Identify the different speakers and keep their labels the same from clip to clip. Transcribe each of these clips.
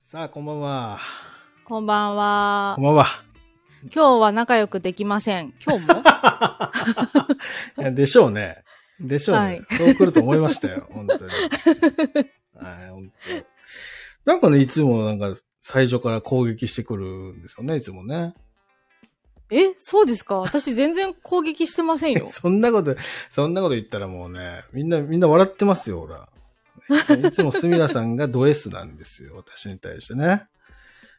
Speaker 1: さあ、こんばんは。
Speaker 2: こんばんは
Speaker 1: こん。ばんは。
Speaker 2: 今日は仲良くできません。今 日も
Speaker 1: いやでしょうね。でしょうね。
Speaker 2: はい
Speaker 1: そう来ると思いました よ。本当に。はい、本当。なんかね、いつもなんか最初から攻撃してくるんですよね、いつもね。
Speaker 2: え、そうですか私全然攻撃してませんよ。
Speaker 1: そんなこと、そんなこと言ったらもうね、みんな、みんな笑ってますよ、ほら。いつもすみらさんがド S なんですよ、私に対してね。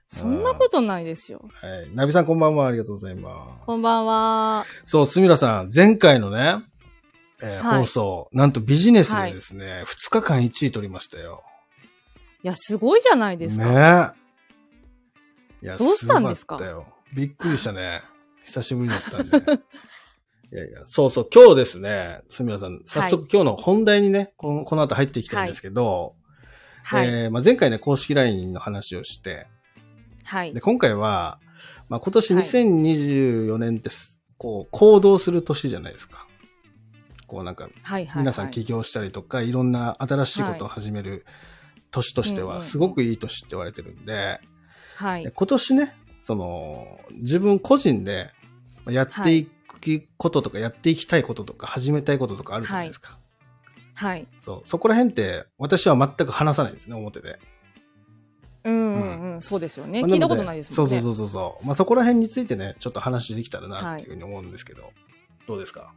Speaker 2: そんなことないですよ。
Speaker 1: はい。ナビさんこんばんは、ありがとうございます。
Speaker 2: こんばんは。
Speaker 1: そう、すみらさん、前回のね、えー
Speaker 2: はい
Speaker 1: 放送、なんとビジネスでですね、2日間1位取りましたよ。
Speaker 2: いや、すごいじゃないですか。
Speaker 1: ねえ。いや
Speaker 2: どうしたんですか
Speaker 1: ごったよびっくりしたね。 久しぶりだったんで。 いやいや、そうそう、今日ですね、すみらさん、早速今日の本題にね、このこの後入っていきたいんですけど、
Speaker 2: はい、
Speaker 1: えーまあ、前回ね、公式 LINE の話をして、
Speaker 2: はい
Speaker 1: で、。今回は、まあ、今年
Speaker 2: はい
Speaker 1: 2024年ってす、こう、行動する年じゃないですか。こうなんか、
Speaker 2: はい。はい。
Speaker 1: 皆さん
Speaker 2: はい
Speaker 1: 起業したりとか、いろんな新しいことを始める年として
Speaker 2: うんうんう
Speaker 1: は、
Speaker 2: ん
Speaker 1: すごくいい年って言われてるんで、
Speaker 2: は
Speaker 1: で
Speaker 2: い。
Speaker 1: 今年ね、その、自分個人でまあやっていくこととか、やっていきたいこととか、始めたいこととかあるじゃないですか。
Speaker 2: はい。
Speaker 1: そう。そこら辺って、私は全く話さないんですね、表で。
Speaker 2: うんうんうん。そうですよね。
Speaker 1: まあ
Speaker 2: 聞いた
Speaker 1: の
Speaker 2: ことないですもんね。
Speaker 1: そうそうそうそう。まあそこら辺についてね、ちょっと話できたらなっていうふうに思うんですけど、どうですか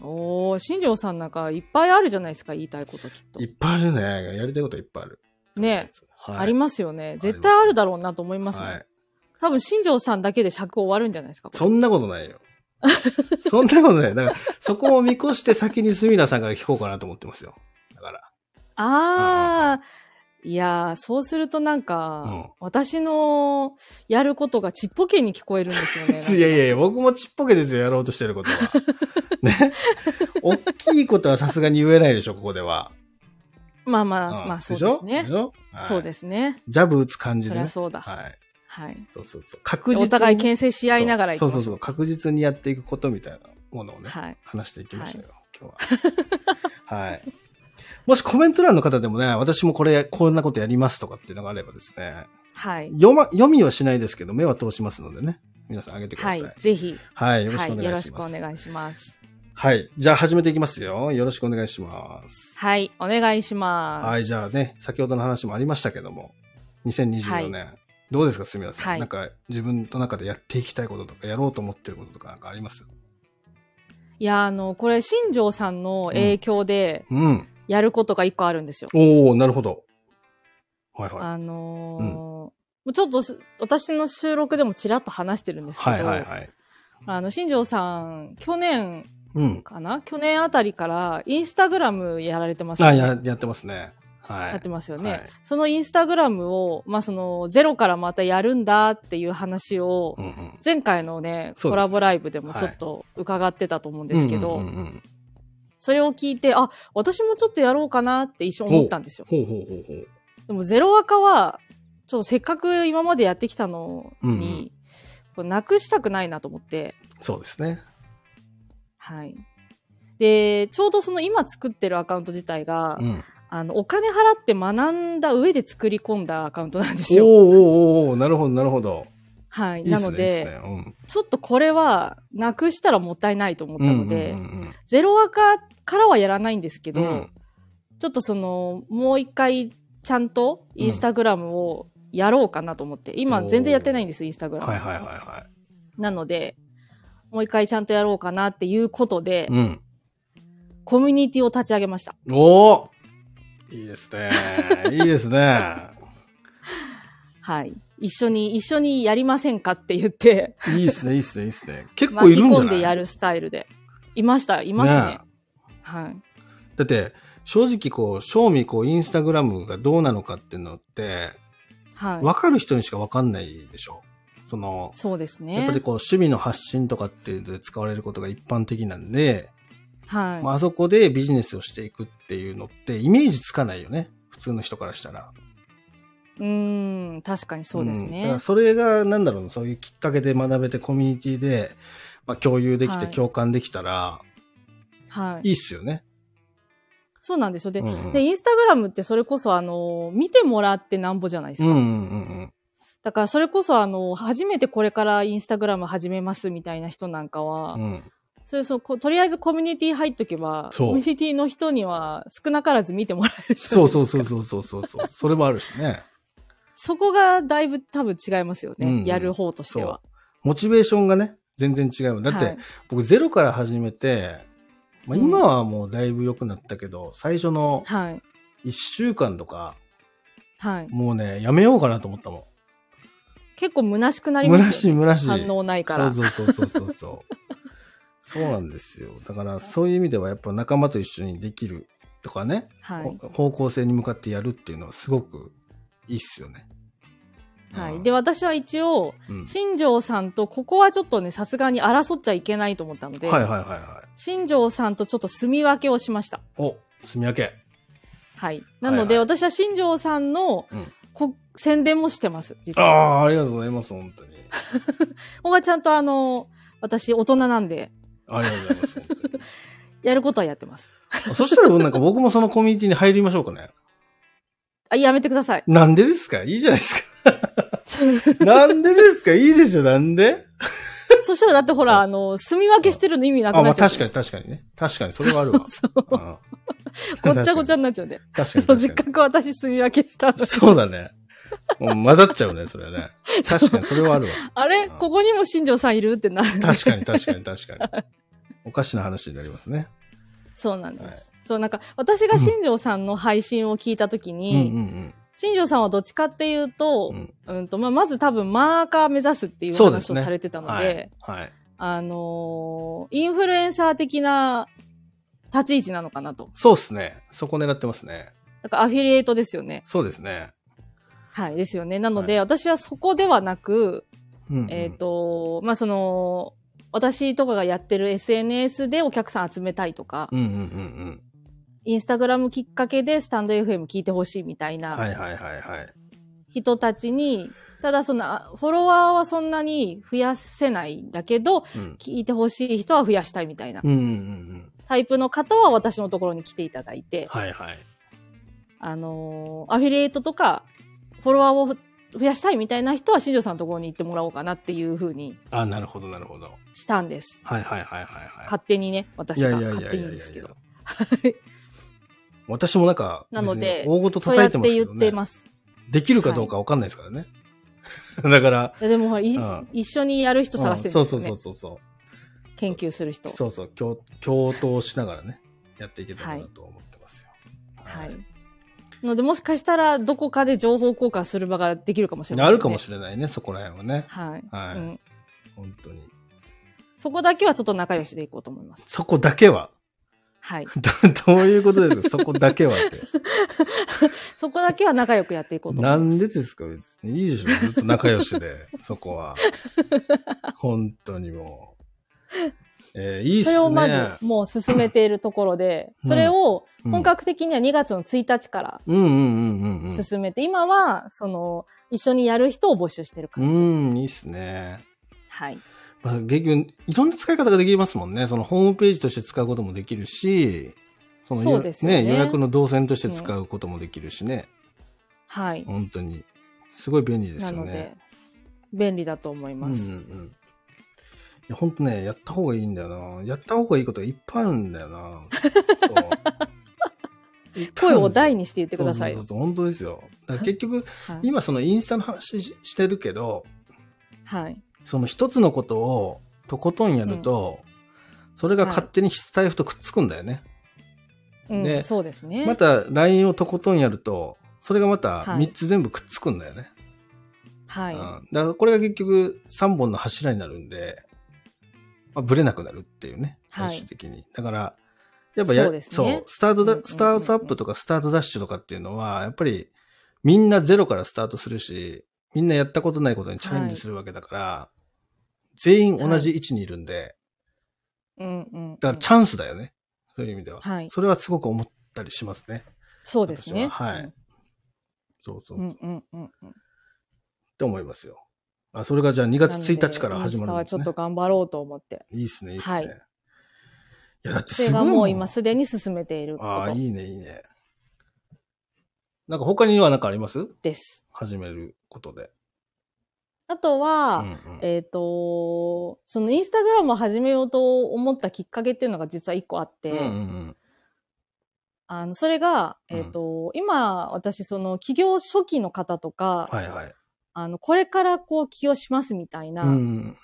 Speaker 2: おー、新庄さんなんかいっぱいあるじゃないですか、言いたいこときっと
Speaker 1: い。っぱいあるね。やりたいこといっぱいある。
Speaker 2: ね、
Speaker 1: はい、
Speaker 2: ありますよね。絶対あるだろうなと思いますね。
Speaker 1: はい。
Speaker 2: 多分新庄さんだけで尺終わるんじゃないですか。これ
Speaker 1: そんなことないよ。 そんなことない。だから、そこを見越して先にスミラさんから聞こうかなと思ってます よ。だから。
Speaker 2: ああ、いやー、そうするとなんか、
Speaker 1: うん
Speaker 2: 私のやることがちっぽけに聞こえるんですよ ね。
Speaker 1: いやいやいや、僕もちっぽけですよ、やろうとしてること は。ね。大きいことはさすがに言えないでしょ、ここでは。
Speaker 2: まあまあ、
Speaker 1: ん
Speaker 2: まあそうです
Speaker 1: し
Speaker 2: ね。
Speaker 1: ょしょ
Speaker 2: そう
Speaker 1: す。
Speaker 2: ですね。
Speaker 1: ジャブ打つ感じ
Speaker 2: そ
Speaker 1: で、
Speaker 2: り
Speaker 1: ね
Speaker 2: ゃ。そうだ。はい。
Speaker 1: はい。そうそうそう。確実に。
Speaker 2: お互い牽制し合いながら行き
Speaker 1: そ
Speaker 2: ま
Speaker 1: う
Speaker 2: し
Speaker 1: そ
Speaker 2: ょ
Speaker 1: うそうそう確実にやっていくことみたいなものをね、
Speaker 2: はい。
Speaker 1: 話していきましたよ、今日は はいもしコメント欄の方でもね私もこれこんなことやりますとかっていうのがあればですね
Speaker 2: はい。
Speaker 1: 読,、ま、読みはしないですけど目は通しますのでね皆さん上げてくだ
Speaker 2: は
Speaker 1: さい
Speaker 2: い
Speaker 1: はい、。
Speaker 2: ぜひ。
Speaker 1: よろし
Speaker 2: は
Speaker 1: くお
Speaker 2: い。よ
Speaker 1: 願
Speaker 2: ろ
Speaker 1: い
Speaker 2: し
Speaker 1: し
Speaker 2: くお
Speaker 1: ます、はい
Speaker 2: 願いします。
Speaker 1: じゃあ始めていきますよよろしくお願いします
Speaker 2: はい。お願いします。
Speaker 1: はいじゃあね先ほどの話もありましたけども2024年、どうですか、すみません。
Speaker 2: はい
Speaker 1: なんか、自分の中でやっていきたいこととか、やろうと思ってることとかなんかあります
Speaker 2: いや、あの、これ、新庄さんの影響で、
Speaker 1: うん。
Speaker 2: やることが一個あるんですよ。
Speaker 1: おおなるほど。はいはい。
Speaker 2: あのーもうちょっとす私の収録でもちらっと話してるんですけど、
Speaker 1: はいはいはい。
Speaker 2: あの、新庄さん、去年
Speaker 1: うん。
Speaker 2: かな去年あたりから、インスタグラムやられてますよ
Speaker 1: あ、
Speaker 2: ね。
Speaker 1: や、やってますね。はい。
Speaker 2: やってますよね。
Speaker 1: はい
Speaker 2: そのインスタグラムを、まあ、その、ゼロからまたやるんだっていう話を、
Speaker 1: うんうん。
Speaker 2: 前回のね、
Speaker 1: そうです
Speaker 2: コラボライブでもちょっと伺ってたと思うんですけど、
Speaker 1: うんうんうんうん
Speaker 2: それを聞いて、あ、私もちょっとやろうかなって一瞬思ったんですよ。
Speaker 1: ほうほうほうほう。
Speaker 2: でもゼロアカは、ちょっとせっかく今までやってきたの
Speaker 1: うんうん
Speaker 2: に、これなくしたくないなと思って、
Speaker 1: そうですね。
Speaker 2: はい。で、ちょうどその今作ってるアカウント自体が、
Speaker 1: うん。
Speaker 2: あの、お金払って学んだ上で作り込んだアカウントなんです
Speaker 1: おお
Speaker 2: よ。
Speaker 1: おおおなるほどなるほど。
Speaker 2: はい。
Speaker 1: いいっ
Speaker 2: な
Speaker 1: す
Speaker 2: の
Speaker 1: ね。いいっす
Speaker 2: で、
Speaker 1: ね。うん
Speaker 2: ちょっとこれはなくしたらもったいないと思ったので、
Speaker 1: うんうんうん
Speaker 2: ゼロアカからはやらないんですけ
Speaker 1: う
Speaker 2: ど、
Speaker 1: んうん。
Speaker 2: ちょっとその、もう一回ちゃんとインスタグラムをやろうかなと思って、今全然やってないんです、インスタグラム。
Speaker 1: はいはいはいは
Speaker 2: なので、もう一回ちゃんとやろうかなっていうことで
Speaker 1: い。、うん。
Speaker 2: コミュニティを立ち上げました。
Speaker 1: おおいいです ね。いいですね。
Speaker 2: はい。一緒に、一緒にやりませんかって言って、
Speaker 1: いいっすね、いいっすね、いいっすね。結構
Speaker 2: 巻
Speaker 1: い
Speaker 2: き
Speaker 1: るんじゃ
Speaker 2: 込ん
Speaker 1: な
Speaker 2: で
Speaker 1: い
Speaker 2: やるスタイルで。いました、いますね。
Speaker 1: え
Speaker 2: はい。
Speaker 1: だって、正直こう、正味こう、インスタグラムがどうなのかっていうのって、
Speaker 2: は
Speaker 1: わかる人にしかわかんないでしょ。その
Speaker 2: い。、そうですね。
Speaker 1: やっぱりこう、趣味の発信とかっていうので使われることが一般的なんで、
Speaker 2: はい、
Speaker 1: まああそこでビジネスをしていくっていうのって、イメージつかないよね。普通の人からしたら。
Speaker 2: うーん、確かにそうです
Speaker 1: んだか
Speaker 2: ね
Speaker 1: ら。それが、なんだろう、そういうきっかけで学べて、コミュニティで、まあ共有できて、
Speaker 2: はい
Speaker 1: 共感できたら、
Speaker 2: はいい。
Speaker 1: いっすよね。
Speaker 2: そうなんですよ。で、
Speaker 1: うんうん
Speaker 2: で、インスタグラムってそれこそあの、見てもらってなんぼじゃないです
Speaker 1: う
Speaker 2: か。
Speaker 1: んうんうん
Speaker 2: だからそれこそあの、初めてこれからインスタグラム始めますみたいな人なんかは、
Speaker 1: うん。うん。
Speaker 2: それそうこうとりあえずコミュニティ入っとけば、
Speaker 1: そう
Speaker 2: コミュニティの人には少なからず見てもらえるし。
Speaker 1: そうそうそうそうそうそう。それもあるしね。
Speaker 2: そこがだいぶ多分違いますよね。
Speaker 1: うんうん
Speaker 2: やる方としては。
Speaker 1: モチベーションがね、全然違う。だって、
Speaker 2: はい
Speaker 1: 僕ゼロから始めて、まあ、
Speaker 2: うん
Speaker 1: 今はもうだいぶ良くなったけど、最初の
Speaker 2: はい。
Speaker 1: 1週間とか、
Speaker 2: はい。
Speaker 1: もうね、やめようかなと思ったも。
Speaker 2: 結構虚しくなんり
Speaker 1: む
Speaker 2: ま
Speaker 1: ら
Speaker 2: す
Speaker 1: し
Speaker 2: よ。
Speaker 1: いむらしい。
Speaker 2: 反応ないから。
Speaker 1: そうそうそうそうそうそう。 そうなんですよ。だからそういう意味ではやっぱ仲間と一緒にできるとかね、
Speaker 2: はい。
Speaker 1: ほ方向性に向かってやるっていうのはすごくいいっすよね。
Speaker 2: は
Speaker 1: うん
Speaker 2: い。で、私は一応、
Speaker 1: うん
Speaker 2: 新庄さんと、ここはちょっとね、さすがに争っちゃいけないと思ったので、
Speaker 1: はいはいはいはい。
Speaker 2: 新庄さんとちょっと住み分けをしました。
Speaker 1: お、すみ分け。
Speaker 2: はい。なので、
Speaker 1: はい
Speaker 2: 私は新庄さんの、
Speaker 1: うん
Speaker 2: こ宣伝もしてます、実
Speaker 1: あ
Speaker 2: は。
Speaker 1: あ、ありがとうございます、本当に。
Speaker 2: ここがちゃんとあの、私、大人なんで、
Speaker 1: ありがとうございます、本当に。
Speaker 2: やることはやってます。
Speaker 1: あそしたらなんか僕もそのコミュニティに入りましょうかね。
Speaker 2: あ、やめてください。
Speaker 1: なんでですかいいじゃないですか。なんでですかいいでしょなんで
Speaker 2: そしたらだってほら、あの、住み分けしてるの意味なく
Speaker 1: あ、
Speaker 2: な
Speaker 1: まあ
Speaker 2: っちゃう
Speaker 1: 確
Speaker 2: じ
Speaker 1: か
Speaker 2: ゃ
Speaker 1: に確かにね。確かに、それはあるわ。
Speaker 2: ん。 ごっちゃごちゃ
Speaker 1: ゃ。
Speaker 2: になっちゃうんで。
Speaker 1: 確かに。
Speaker 2: そう、
Speaker 1: 確
Speaker 2: せっ
Speaker 1: かに
Speaker 2: かく私住み分けしたのに
Speaker 1: そうだね。うん混ざっちゃうね、それはね。確かに、それはあるわ。
Speaker 2: あれここにも新庄さんいるってなる。
Speaker 1: 確かに、確かに、確かに。おかしな話になりますね。
Speaker 2: そうなんです。
Speaker 1: はい
Speaker 2: そう、なんか、私が新庄さんの配信を聞いたとき
Speaker 1: う
Speaker 2: に、
Speaker 1: んうん
Speaker 2: 新庄さんはどっちかっていうと
Speaker 1: う、ん。
Speaker 2: うん、と、まあ、まず多分マーカー目指すっていう
Speaker 1: そうです
Speaker 2: 話
Speaker 1: ね
Speaker 2: をされてた
Speaker 1: うん。
Speaker 2: ので、
Speaker 1: はい。はい。
Speaker 2: あのーインフルエンサー的な立ち位置なのかなと。
Speaker 1: そうっすね。そこ狙ってますね。
Speaker 2: だからアフィリエイトですよね。
Speaker 1: そうですね。
Speaker 2: はい、ですよね。なので、
Speaker 1: はい
Speaker 2: 私はそこではなく、
Speaker 1: うんうん
Speaker 2: えっ、、と、まあ、その、私とかがやってる SNS でお客さん集めたいとか、
Speaker 1: うんうんうん
Speaker 2: インスタグラムきっかけでスタンド FM 聞いてほしいみたい
Speaker 1: うん。は
Speaker 2: ない
Speaker 1: はいはいはい。
Speaker 2: 人たちに、ただその、あフォロワーはそんなに増やせないんだけど、
Speaker 1: うん。
Speaker 2: 聞いてほしい人は増やしたいみたいな
Speaker 1: うんうんうんうん。
Speaker 2: タイプの方は私のところに来ていただいて、
Speaker 1: はいはい。
Speaker 2: あのーアフィリエイトとか、フォロワーを増やしたいみたいな人は新庄さんのところに行ってもらおうかなっていうふうに
Speaker 1: あ、なるほどなるほど。
Speaker 2: したんです。
Speaker 1: はいはいはいはいは
Speaker 2: 勝手にね、私
Speaker 1: い。いや
Speaker 2: が
Speaker 1: いやい
Speaker 2: 勝
Speaker 1: やいや
Speaker 2: 手
Speaker 1: い
Speaker 2: に
Speaker 1: やい
Speaker 2: ですけ
Speaker 1: や
Speaker 2: ど。。
Speaker 1: 私もなんか、
Speaker 2: なので
Speaker 1: 別に大ごと
Speaker 2: そう
Speaker 1: 叩
Speaker 2: や
Speaker 1: い
Speaker 2: っ
Speaker 1: て
Speaker 2: て
Speaker 1: ますけ
Speaker 2: 言っ
Speaker 1: ど
Speaker 2: て
Speaker 1: ね。
Speaker 2: ます。
Speaker 1: できるかどうかわかんないですからね。 だから、
Speaker 2: いやでもほら、い
Speaker 1: うん
Speaker 2: 一緒にやる人探してるんですよ、ね
Speaker 1: うんそうそうそうそう
Speaker 2: 研究する人。
Speaker 1: そうそう共共闘しながらねやっていけたらなと思ってますよ
Speaker 2: はい。ので、もしかしたら、どこかで情報交換する場ができるかもしれない、
Speaker 1: なるかも
Speaker 2: れ
Speaker 1: しれないねそこら辺はね
Speaker 2: ない。はい。
Speaker 1: はい
Speaker 2: うん。
Speaker 1: 本当に
Speaker 2: そこだけはちょっと仲良しでいこうと思います。
Speaker 1: そこだけは
Speaker 2: はい。
Speaker 1: どどう いうことですかそこだけはって
Speaker 2: そこだけは仲良くやっていこうと思
Speaker 1: ない
Speaker 2: ます。
Speaker 1: んでですか別にいいでしょずっと仲良しで そこは本当にもうえーいいっす
Speaker 2: そ
Speaker 1: ね
Speaker 2: れをまず、もう進めているところで、
Speaker 1: うん
Speaker 2: それ
Speaker 1: う
Speaker 2: を
Speaker 1: ん
Speaker 2: 本格的には2月の1日から
Speaker 1: うんうんうんうんうん
Speaker 2: 進めて、今は、その、一緒にやる人を募集してる
Speaker 1: う
Speaker 2: 感じです。
Speaker 1: ん、いいっすね。
Speaker 2: はい。
Speaker 1: まあ、結局、いろんな使い方ができますもんね。そのホームページとして使うこともできるし、その
Speaker 2: そうですよね
Speaker 1: 予約の動線として使うこともできるしね。
Speaker 2: はい。
Speaker 1: 本当に。すごい便利です
Speaker 2: な
Speaker 1: よ
Speaker 2: の
Speaker 1: ね
Speaker 2: で。、便利だと思い
Speaker 1: うんう
Speaker 2: ま
Speaker 1: ん
Speaker 2: す。
Speaker 1: うん。いや、本当ね、やった方がいいんだよな。やった方がいいことがいっぱいあるんだよ な。そう。
Speaker 2: 声を大
Speaker 1: に
Speaker 2: にして言ってください
Speaker 1: そう。そうそうそう、本当ですよ。だから結局、
Speaker 2: はい。
Speaker 1: 今そのインスタの話ししてるけど、
Speaker 2: はい。
Speaker 1: その一つのことをとことんやると、それが勝手にスタイフとくっつくんだよね。
Speaker 2: うん
Speaker 1: で
Speaker 2: そうですね。
Speaker 1: また LINE をとことんやると、それがまた
Speaker 2: はい
Speaker 1: 3つ全部くっつくんだよね。
Speaker 2: はい。
Speaker 1: うん、だからこれが結局3本の柱になるんで、まあ、ぶれなくなるっていうね、
Speaker 2: はい
Speaker 1: 最終的に。だから、やっぱや
Speaker 2: そうですね
Speaker 1: スタートだ
Speaker 2: うんうんうんうん
Speaker 1: スタートアップとかスタートダッシュとかっていうのは、やっぱりみんなゼロからスタートするし、みんなやったことないことにチャレンジするわけだから、全員同じ位置にいるんで、
Speaker 2: うんうんうん
Speaker 1: だからチャンスだよね。そういう意味では。
Speaker 2: はい
Speaker 1: それはすごく思ったりしますね。
Speaker 2: そうですね。
Speaker 1: 私ははいそうそう。
Speaker 2: う
Speaker 1: っ
Speaker 2: んうんうんうん。
Speaker 1: て思いますよ。あ、それがじゃあ2月
Speaker 2: なので
Speaker 1: 1日から始まるん
Speaker 2: インスタは
Speaker 1: です
Speaker 2: ちょ
Speaker 1: ね
Speaker 2: っと。頑張ろうと思って。
Speaker 1: いいっすね、いいっすね。
Speaker 2: はいい
Speaker 1: や、だってす
Speaker 2: それ
Speaker 1: ごい
Speaker 2: が
Speaker 1: もん。
Speaker 2: もう今すでに進めているこ
Speaker 1: ああ、
Speaker 2: と
Speaker 1: いいね、いいね。なんか他には何かあります
Speaker 2: です。
Speaker 1: 始めることで。
Speaker 2: あとは、
Speaker 1: うんうん
Speaker 2: えっ、と、そのインスタグラムを始めようと思ったきっかけっていうのが実は一個あって、
Speaker 1: うんうん
Speaker 2: あの、それが、
Speaker 1: うん
Speaker 2: えっ、と、今、私、その、起業初期の方とか、
Speaker 1: うん。はいはい。
Speaker 2: あの、これからこう、起業しますみたいな、
Speaker 1: うん。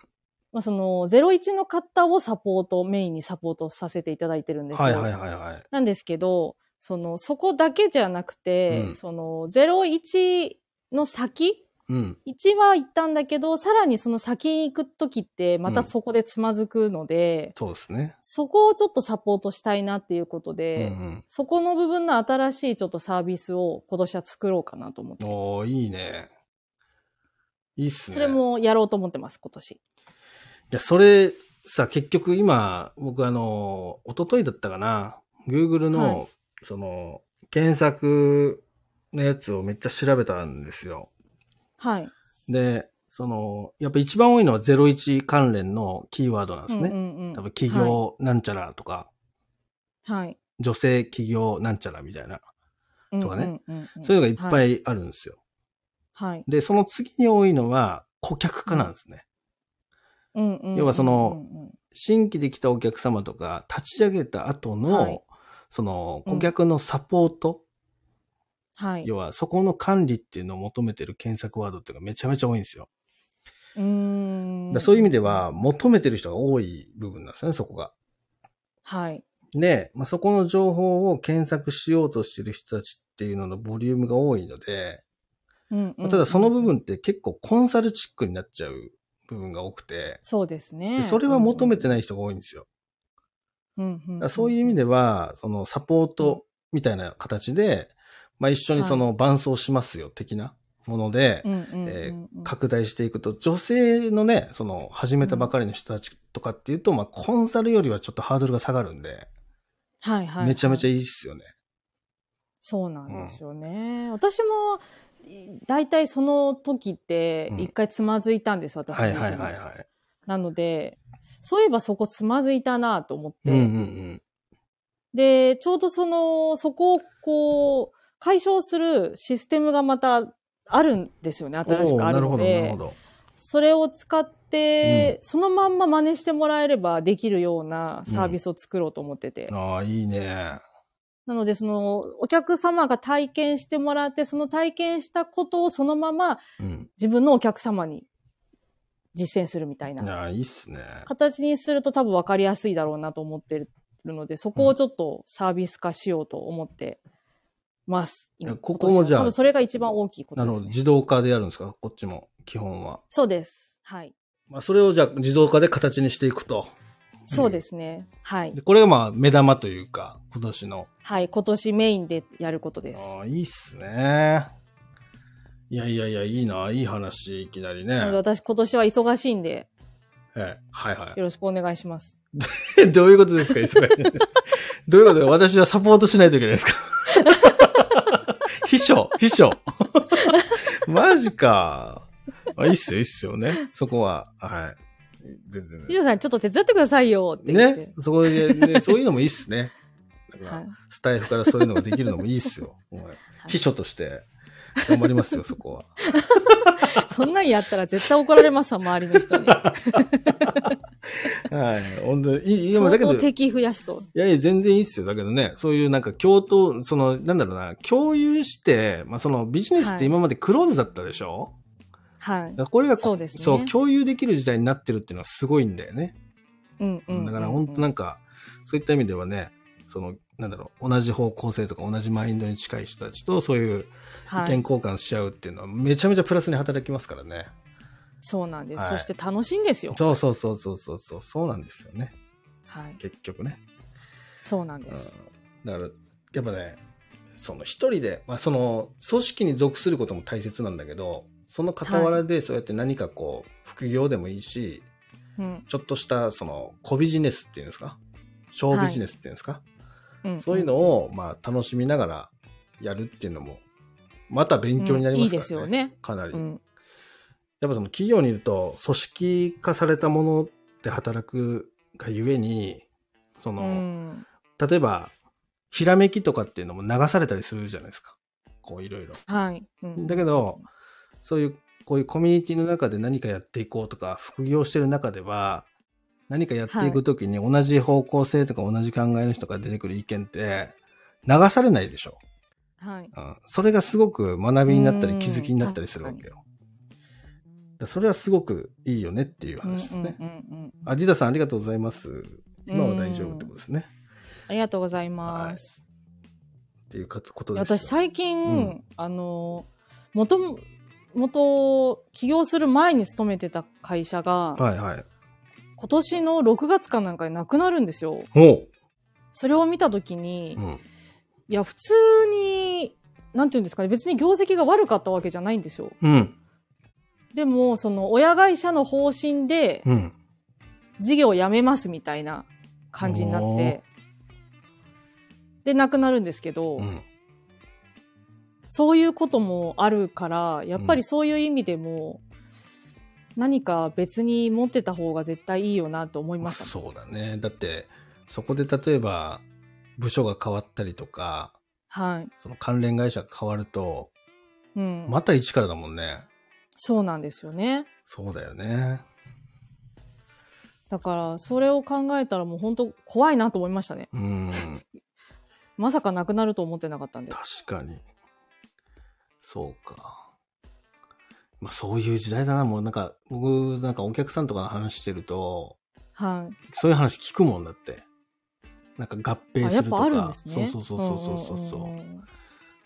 Speaker 2: まあ、その、01の方をサポート、メインにサポートさせていただいてるんですよ。
Speaker 1: はいはいはいはい。
Speaker 2: なんですけど、その、そこだけじゃなくて、
Speaker 1: うん
Speaker 2: その、01の先
Speaker 1: うん。
Speaker 2: 1は行ったんだけど、さらにその先に行くときって、またそこでつまずくので、
Speaker 1: そうですね。
Speaker 2: そこをちょっとサポートしたいなっていうこと
Speaker 1: う
Speaker 2: で、
Speaker 1: ん
Speaker 2: そこの部分の新しいちょっとサービスを今年は作ろうかなと思っ
Speaker 1: う
Speaker 2: て
Speaker 1: ん。。おー、いいね。いいっすね。
Speaker 2: それもやろうと思ってます、今年。
Speaker 1: いや、それ、さ、結局今、僕あの、一昨日だったかな、Google の、
Speaker 2: は
Speaker 1: その、検索のやつをめっちゃ調べたんですよ。
Speaker 2: はい。
Speaker 1: で、その、やっぱ一番多いのは01関連のキーワードなんですね。
Speaker 2: うんうんうん
Speaker 1: 多分企業なんちゃらとか、
Speaker 2: はい。はい
Speaker 1: 女性企業なんちゃらみたいな、とかね。
Speaker 2: うんうんうん
Speaker 1: そういうのがいっぱ
Speaker 2: はい。
Speaker 1: いあるんですよ。
Speaker 2: はい。
Speaker 1: で、その次に多いのは顧客化なんですね。
Speaker 2: うんうんうんうん
Speaker 1: 要はその、新規で来たお客様とか、立ち上げた後の、
Speaker 2: はい
Speaker 1: その顧客のサポート、
Speaker 2: はい。
Speaker 1: 要はそこの管理っていうのを求めてる検索ワードっていうのがめちゃめちゃ多いんですよ。
Speaker 2: うー
Speaker 1: だ
Speaker 2: ん
Speaker 1: からそういう意味で、は、求めてる人が多い部分なんですよね、そこが。
Speaker 2: はい。
Speaker 1: で、まあ、そこの情報を検索しようとしてる人たちっていうののボリュームが多いので、
Speaker 2: うんうんうん
Speaker 1: まあただその部分っ、て結構コンサルチックになっちゃう部分が多くて、
Speaker 2: そうですね。
Speaker 1: でそれは求めてない人が多いんですよ。だからそういう意味で
Speaker 2: で、
Speaker 1: は、そのサポートみたいな形で、まあ、一緒にその伴走しますよ的なもので、
Speaker 2: うんうんうんうん
Speaker 1: え拡大していくと、女性のね、その始めたばかりの人たちとかっていうと、まあコンサルよりはちょっとハードルが下がるんで、
Speaker 2: はいはい。
Speaker 1: めちゃめちゃ
Speaker 2: い。
Speaker 1: いいっすよね。
Speaker 2: そうなんですよね。私も、い大体その時って
Speaker 1: う、ん
Speaker 2: 一回つまずいたんです、私
Speaker 1: は
Speaker 2: 自
Speaker 1: い
Speaker 2: 身。
Speaker 1: はいはいはい。
Speaker 2: なので、そういえばそこつまずいたなと思って、
Speaker 1: うんうん
Speaker 2: で、ちょうどその、そこをこう、解消するシステムがまたあるんですよね、
Speaker 1: うん。
Speaker 2: 新しく
Speaker 1: おー
Speaker 2: あ
Speaker 1: な
Speaker 2: る
Speaker 1: るほ
Speaker 2: の
Speaker 1: どなる
Speaker 2: で
Speaker 1: ほ、ど。
Speaker 2: それを使って、そのまんま真似してもらえればできるようなサービスを作ろうと思ってて。
Speaker 1: ああ、いいね。
Speaker 2: なので、その、お客様が体験してもらって、その体験したことをそのまま
Speaker 1: うん。
Speaker 2: 自分のお客様に実践するみたい
Speaker 1: あ
Speaker 2: な。
Speaker 1: あ、いいっすね。
Speaker 2: 形にすると多分分かりやすいだろうなと思ってるので、そこをちょっとサービス化しようと思ってます。
Speaker 1: や
Speaker 2: 今
Speaker 1: ここもじゃあ
Speaker 2: 今年は多分それが一番大きいこ
Speaker 1: な
Speaker 2: と
Speaker 1: る
Speaker 2: で
Speaker 1: ほ
Speaker 2: す、
Speaker 1: ど。
Speaker 2: ね。
Speaker 1: 自動化でやるんですかこっちも、基本は。
Speaker 2: そうです。はい。
Speaker 1: まあ、それをじゃあ自動化で形にしていくと。
Speaker 2: そうですね。はい
Speaker 1: で。これがまあ、目玉というか、今年の。
Speaker 2: はい。今年メインでやることです。
Speaker 1: ああ、いいっすね。いやいやいや、いいな、いい話、いきなりね。
Speaker 2: なので私今年は忙しいんで、
Speaker 1: ええはいは
Speaker 2: よろしくお願いします。
Speaker 1: い。 どういうことですか、忙しいどういうことか私はサポートしないといけないですか秘書、秘書。マジか。あいいっすよ、いいっすよね。そこは、はい。全然、
Speaker 2: ジロさん、ちょっと手伝ってくださいよって言って。
Speaker 1: ね。そこで、ね、そういうのもいいっすね。だから
Speaker 2: はい
Speaker 1: スタイフからそういうのができるのもいいっすよ。お前秘書として頑張りますよ、そこは。
Speaker 2: そんなんやったら絶対怒られますわ、周り の人に。
Speaker 1: はい。本当に、いい、でもだ
Speaker 2: 相
Speaker 1: けど、
Speaker 2: 当
Speaker 1: い
Speaker 2: 敵増やしそう。
Speaker 1: やいや、全然いいっすよ。だけどね、そういうなんか共闘、その、なんだろうな、共有して、まあそのビジネスっ
Speaker 2: は
Speaker 1: て
Speaker 2: い
Speaker 1: 今までクローズだったでしょ、
Speaker 2: は
Speaker 1: だ
Speaker 2: い
Speaker 1: か。らこれがこ
Speaker 2: そうですね
Speaker 1: そう、共有できる時代になってるっていうのはすごいんだよね。
Speaker 2: うんうんうんうん。
Speaker 1: だから本当なんか、そういった意味ではね、その、なんだろう、同じ方向性とか同じマインドに近い人たちと、そういう意
Speaker 2: はい
Speaker 1: 見交換し合うっていうのは、めちゃめちゃプラスに働きますからね。
Speaker 2: そうなんです。
Speaker 1: はい
Speaker 2: そして楽しいんですよ。
Speaker 1: そうそうそうそうそうそう、そうなんですよね。
Speaker 2: はい。
Speaker 1: 結局ね。
Speaker 2: そうなんで
Speaker 1: う
Speaker 2: す。
Speaker 1: ん、だから、やっぱね、その一人で、まあその、組織に属することも大切なんだけど、その傍らでそうやって何かこう、副業でもいいし、
Speaker 2: うん
Speaker 1: ちょっとしたその小ビジネスっていうんですか小ビジネスっていうんですか、
Speaker 2: うん
Speaker 1: そういうのをまあ楽しみながらやるっていうのも、また勉強になりますからね。
Speaker 2: うんいいですよね
Speaker 1: かなり。
Speaker 2: うん
Speaker 1: やっぱその企業にいると組織化されたもので働くがゆえに、そうの、
Speaker 2: ん。
Speaker 1: 例えば、ひらめきとかっていうのも流されたりするじゃないですか。こういろいろ。
Speaker 2: はい。うん
Speaker 1: だけど、そういう、こういうコミュニティの中で何かやっていこうとか、副業してる中では、何かやっていくときに同じ方向性とか同じ考えの人が出てくる意見って、流されないでしょ。
Speaker 2: はい。
Speaker 1: うんそれがすごく学びになったり気づきになったりするわけよ。だそれはすごくいいよねっていう話ですね。
Speaker 2: うんうんうんうん
Speaker 1: あ、ジダさんありがとうございます。今は大丈夫ってことですね。
Speaker 2: ありがとうございます。
Speaker 1: っていうこと
Speaker 2: いや
Speaker 1: ですよ。
Speaker 2: 私最近、
Speaker 1: うん
Speaker 2: あの、もとも、もと、起業する前に勤めてた会社が、
Speaker 1: はいはい。
Speaker 2: 今年の6月かなんかになくなるんですよ。
Speaker 1: おう。
Speaker 2: それを見たときに、
Speaker 1: うん。
Speaker 2: いや、普通に、なんていうんですかね、別に業績が悪かったわけじゃないんですよ。
Speaker 1: うん。
Speaker 2: でも、その、親会社の方針で、
Speaker 1: うん。
Speaker 2: 事業をやめますみたいな感じになっ
Speaker 1: おー
Speaker 2: て、で、なくなるんですけど、
Speaker 1: うん。
Speaker 2: そういうこともあるから、やっぱりそういう意味でも、何か別に持ってた方が絶対いいよなと思いました。
Speaker 1: そうだね。だって、そこで例えば、部署が変わったりとか、
Speaker 2: はい。
Speaker 1: その関連会社が変わると、
Speaker 2: うん。
Speaker 1: また一からだもんね。
Speaker 2: そうなんですよね。
Speaker 1: そうだよね。
Speaker 2: だから、それを考えたらもう本当怖いなと思いましたね。
Speaker 1: うん。
Speaker 2: まさかなくなると思ってなかったんで。
Speaker 1: 確かに。そうか。まあそういう時代だな。もうなんか、僕なんかお客さんとかの話してると、
Speaker 2: はい。
Speaker 1: そういう話聞くもんだって。なんか合併
Speaker 2: あ、
Speaker 1: す
Speaker 2: や
Speaker 1: る
Speaker 2: っ
Speaker 1: とか。
Speaker 2: ぱあるんですね。
Speaker 1: そうそうそうそうそうそう。
Speaker 2: んんんん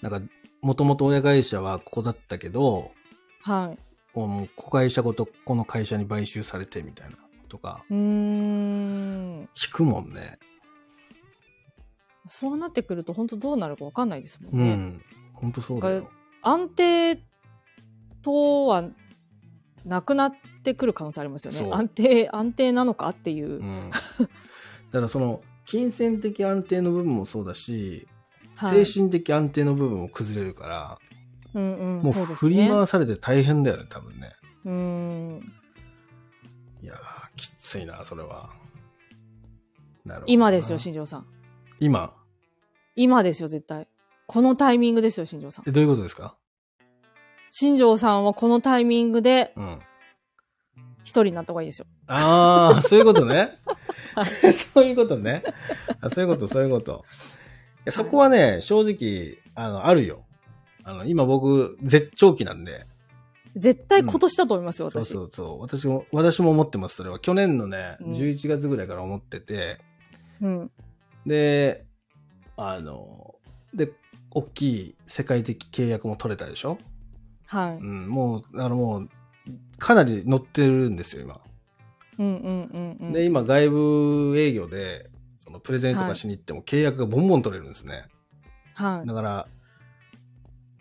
Speaker 1: なんか、もともと親会社はここだったけど、
Speaker 2: はい。
Speaker 1: もう子会社ごとこの会社に買収されてみたいなとか、
Speaker 2: うーん。
Speaker 1: 聞くもんね。
Speaker 2: そうなってくると本当どうなるかわかんないですも
Speaker 1: うん
Speaker 2: ね。
Speaker 1: ん。ほんとそうだよ。
Speaker 2: 安定とはなくなってくる可能性ありますよ
Speaker 1: そ
Speaker 2: ね
Speaker 1: う。
Speaker 2: 安定、安定なのかっていう。
Speaker 1: うん。だからその、金銭的安定の部分もそうだし、
Speaker 2: はい
Speaker 1: 精神的安定の部分も崩れるから、
Speaker 2: うんうん、
Speaker 1: もう
Speaker 2: そうです
Speaker 1: 振
Speaker 2: ね。
Speaker 1: り回されて大変だよね、多分ね。
Speaker 2: うーん。
Speaker 1: いやー、きついな、それは。なるほどな
Speaker 2: 今ですよ、新庄さん。
Speaker 1: 今
Speaker 2: 今ですよ、絶対。このタイミングですよ、新庄さん。
Speaker 1: え、どういうことですか
Speaker 2: 新庄さんはこのタイミングで
Speaker 1: うん。
Speaker 2: 一人になった方がいいですよ。
Speaker 1: ああ、 そういうことね。そういうことね。あそういうこと、そういうこと。いやそこはね、正直、あの、あるよ。あの、今僕、絶頂期なんで。
Speaker 2: 絶対今年だと思いますよ、
Speaker 1: そう
Speaker 2: 私。
Speaker 1: そうそう。私も、私も思ってます、それは。去年のね、
Speaker 2: うん
Speaker 1: 11月ぐらいから思ってて。
Speaker 2: うん。
Speaker 1: で、あの、で、大きい世界的契約も取れたでしょ
Speaker 2: は
Speaker 1: う
Speaker 2: い。
Speaker 1: ん、もう、あの、もう、かなり乗ってるんですよ、今。
Speaker 2: うんうんうんうん。
Speaker 1: で、今、外部営業で、そのプレゼンとかしに行っても契約がボンボン取れるんですね。
Speaker 2: は
Speaker 1: だから、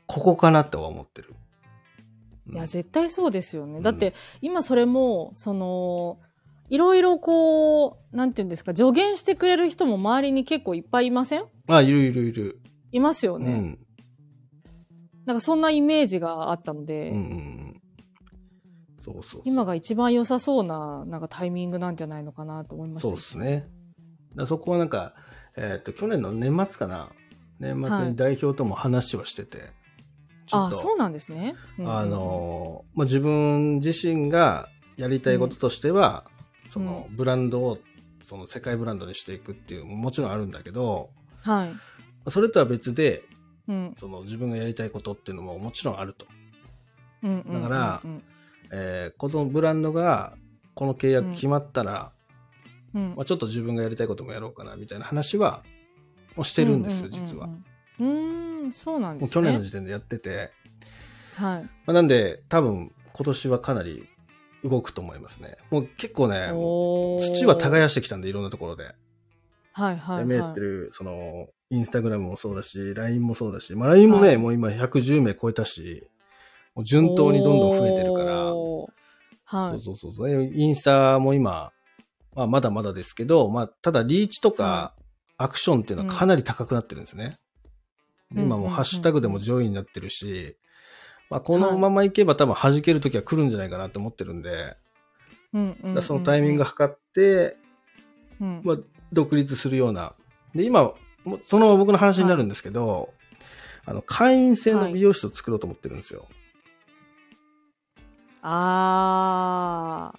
Speaker 1: ここかなとは思ってる。
Speaker 2: い。いや、
Speaker 1: うん
Speaker 2: 絶対そうですよね。
Speaker 1: ん
Speaker 2: だって、今それも、その、いろいろこう、なんていうんですか、助言してくれる人も周りに結構いっぱいいません
Speaker 1: あ、いるいるいる。
Speaker 2: いますよ
Speaker 1: うん。
Speaker 2: ね。なんかそんなイメージがあったので、
Speaker 1: うんうんうん。そうそう。
Speaker 2: 今が一番良さそうな、なんかタイミングなんじゃないのかなと思いました。
Speaker 1: そうですね。だからそこはなんか、えーっと、去年の年末かな。年末に代表とも話はしてて。ちょ
Speaker 2: あ
Speaker 1: っと
Speaker 2: そうなんですね。うんうん
Speaker 1: あ、のーまあ、自分自身がやりたいこととしては、そのブランドをその世界ブランドにしていくっていうももちろんあるんだけど
Speaker 2: はい。
Speaker 1: それとは別で
Speaker 2: うん。
Speaker 1: その自分がやりたいことっていうのももちろんあると、
Speaker 2: うんう
Speaker 1: だ
Speaker 2: ん。
Speaker 1: から
Speaker 2: うん
Speaker 1: えーこのブランドがこの契約決まったら、
Speaker 2: うん。
Speaker 1: まあ、ちょっと自分がやりたいこともやろうかなみたいな話はもうしてるんですよ、実は
Speaker 2: う。んうんうん。うーん、そうなん
Speaker 1: も
Speaker 2: で
Speaker 1: う
Speaker 2: す
Speaker 1: 去
Speaker 2: ね。
Speaker 1: 年の時点でやってて、
Speaker 2: は
Speaker 1: ま
Speaker 2: い。
Speaker 1: あ、なんで多分今年はかなり動くと思いますね。もう結構ね、
Speaker 2: おー
Speaker 1: 土は耕してきたんで、いろんなところで。
Speaker 2: はいはい、はい。
Speaker 1: 見えてる、その、インスタグラムもそうだし、LINE もそうだし、まあ LINE もね、
Speaker 2: はい
Speaker 1: もう今110名超えたし、もう順当にどんどん増えてるから、
Speaker 2: おーはい。
Speaker 1: そうそうそうそう、でインスタも今、まあまだまだですけど、まあただリーチとか
Speaker 2: は
Speaker 1: アクションっていうのはかなり高くなってるんですね。
Speaker 2: うん
Speaker 1: で今もううんハッシュタグでも上位になってるし、まあこのままいけば多分弾ける時は来るんじゃないかなと思ってるんで、
Speaker 2: うんうんうんう
Speaker 1: だ
Speaker 2: ん
Speaker 1: からそのタイミング、測って、
Speaker 2: うん
Speaker 1: まあ、独立するような。で、今、もうその僕の話になるんですけど、あの、会員制の美容室を作ろうと思ってるんですよ。
Speaker 2: あ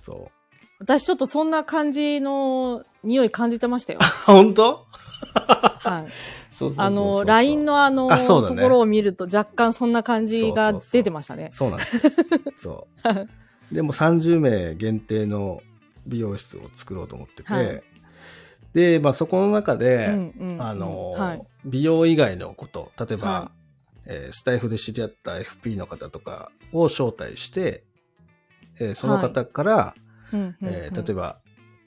Speaker 2: ー。
Speaker 1: そう。
Speaker 2: 私ちょっとそんな感じの匂い感じて ましたよ。
Speaker 1: あ、本当
Speaker 2: はい。
Speaker 1: そうそうそうそう
Speaker 2: あの、LINE。のあの、
Speaker 1: あそうだ
Speaker 2: と
Speaker 1: ね
Speaker 2: ころを見ると若干そんな感じが
Speaker 1: そうそうそう
Speaker 2: 出てましたね。
Speaker 1: そうなんです よ。そう。でも30名限定の美容室を作ろうと思ってて、
Speaker 2: はい
Speaker 1: で、まあそこの中で、
Speaker 2: うんうん
Speaker 1: あのー
Speaker 2: はい。
Speaker 1: 美容以外のこと、例えば、
Speaker 2: は
Speaker 1: えースタイフで知り合った FP の方とかを招待して、えーその方から、えー例え
Speaker 2: ば、
Speaker 1: ば、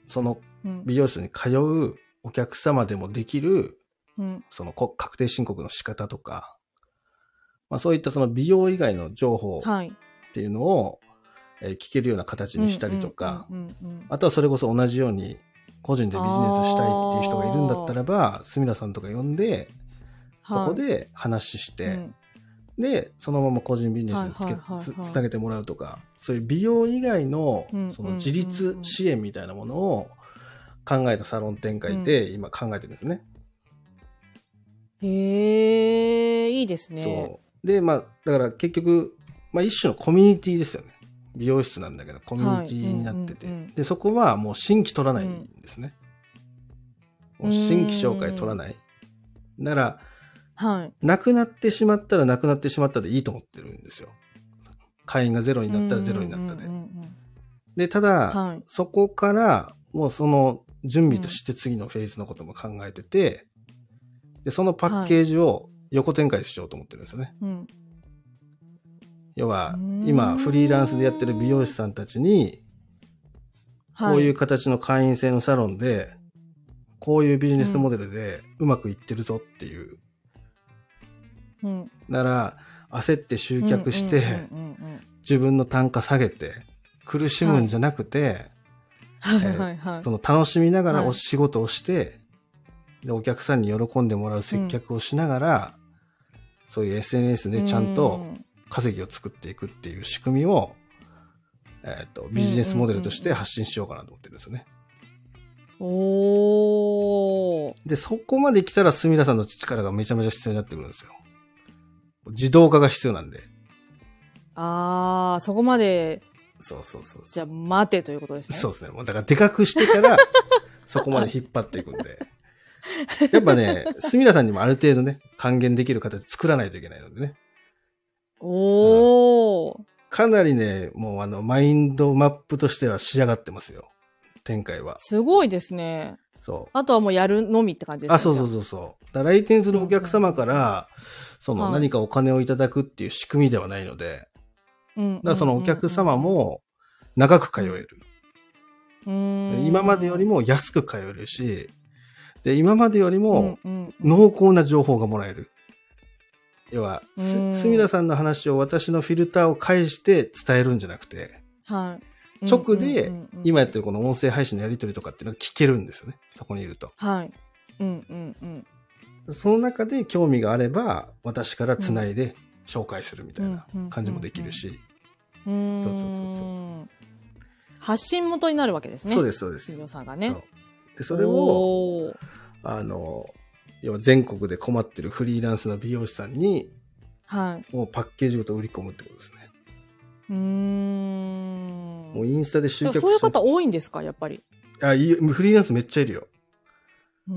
Speaker 1: その
Speaker 2: うん
Speaker 1: 美容室に通うお客様でもできる、
Speaker 2: うん
Speaker 1: そのこ確定申告の仕方とか、まあそういったその美容以外の情報っ
Speaker 2: はい。
Speaker 1: ていうのを、えー聞けるような形にしたりとか、
Speaker 2: うんうんうんうん
Speaker 1: あとはそれこそ同じように個人でビジネスしたいっていう人がいるんだったらば、すみらさんとか呼んで、
Speaker 2: はい
Speaker 1: そこで話して、
Speaker 2: うん
Speaker 1: で、そのまま個人ビジネスにつ
Speaker 2: はい
Speaker 1: け
Speaker 2: はいはいはい
Speaker 1: つつなげてもらうとか、そういう美容以外の
Speaker 2: うん
Speaker 1: その自立支援みたいなものを考えたサロン展開で今考えてるんですね。
Speaker 2: へえ、いいですね。
Speaker 1: そう。で、まあ、だから結局、まあ一種のコミュニティですよね。美容室なんだけど、コミュニティになってて。
Speaker 2: はいうんうんうん
Speaker 1: で、そこはもう新規取らないんですね。
Speaker 2: うん
Speaker 1: もう新規紹介取らない。なら、
Speaker 2: はい。
Speaker 1: なくなってしまったらなくなってしまったでいいと思ってるんですよ。会員がゼロになったらゼロになったで。
Speaker 2: うんうんうんうん
Speaker 1: で、ただ、
Speaker 2: はい。
Speaker 1: そこから、もうその準備として次のフェーズのことも考えてて、で、そのパッケージを横展開しようと思ってるんですよね。
Speaker 2: うん
Speaker 1: 要は
Speaker 2: うー、ん
Speaker 1: 今、フリーランスでやってる美容師さんたちに、こういう形の会員制のサロンで、こういうビジネスモデルでうまくいってるぞっていう。
Speaker 2: うん
Speaker 1: なら、焦って集客して、
Speaker 2: うんうんうんうん
Speaker 1: 自分の単価下げて、苦しむんじゃなくて、
Speaker 2: はいはいはい
Speaker 1: そ。の楽しみながら
Speaker 2: はい
Speaker 1: お仕事をして、でお客さんに喜んでもらう接客をしながら、そういう SNS でちゃん
Speaker 2: う
Speaker 1: と
Speaker 2: ん
Speaker 1: 稼ぎを作っていくっていう仕組みを、えっ、と、ビジネスモデルとして発信しようかなと思ってるんですよね。
Speaker 2: おー。
Speaker 1: で、そこまで来たら、すみらさんの力がめちゃめちゃ必要になってくるんですよ。自動化が必要なんで。
Speaker 2: あー、そこまで、
Speaker 1: そうそうそう
Speaker 2: じ
Speaker 1: そ
Speaker 2: ゃあ
Speaker 1: う。
Speaker 2: 待てということですね。
Speaker 1: そうですね。もうだから、でかくして から、そこまで引っ張っていくんで。やっぱね、すみらさんにもある程度ね、還元できる形作らないといけないのでね。
Speaker 2: おー。
Speaker 1: かなりね、もうあの、マインドマップとしては仕上がってますよ。展開は。
Speaker 2: すごいですね。
Speaker 1: そ
Speaker 2: あとはもうやるのみって感じ
Speaker 1: う。
Speaker 2: ですね。
Speaker 1: あ、そうそうそうそう。だから来店するお客様から、そ
Speaker 2: は
Speaker 1: の
Speaker 2: い
Speaker 1: 何かお金をいただくっていう仕組みではないので、
Speaker 2: うんうんうんうん。
Speaker 1: だからそのお客様も長く通える。
Speaker 2: うーん、
Speaker 1: 今までよりも安く通えるし、で、今までよりも
Speaker 2: うんうんうん
Speaker 1: 濃厚な情報がもらえる。要は、
Speaker 2: うん
Speaker 1: す、すみださんの話を私のフィルターを介して伝えるんじゃなくて、
Speaker 2: はい、
Speaker 1: 直で
Speaker 2: うんうんうんうん
Speaker 1: 今やってるこの音声配信のやり取りとかっていうのが聞けるんですよね。そこにいると。
Speaker 2: はい。うんうんうん。
Speaker 1: その中で興味があれば、私から繋いで紹介するみたいな感じもできるし。
Speaker 2: うーん
Speaker 1: そうそうそうそうそ
Speaker 2: 発信元になるわけですね。
Speaker 1: そう
Speaker 2: す。
Speaker 1: です、そうです。
Speaker 2: 辻
Speaker 1: そ
Speaker 2: 尾さんがね
Speaker 1: う。で、それを、
Speaker 2: おー、
Speaker 1: あの、要は全国で困ってるフリーランスの美容師さんに、
Speaker 2: はい。
Speaker 1: もうパッケージごと売り込むってことですね。
Speaker 2: うーん。
Speaker 1: もうインスタで集
Speaker 2: でも
Speaker 1: 客
Speaker 2: そういう
Speaker 1: する
Speaker 2: 方多いんですか、やっぱり。
Speaker 1: あ、いいフリーランスめっちゃいるよ。
Speaker 2: で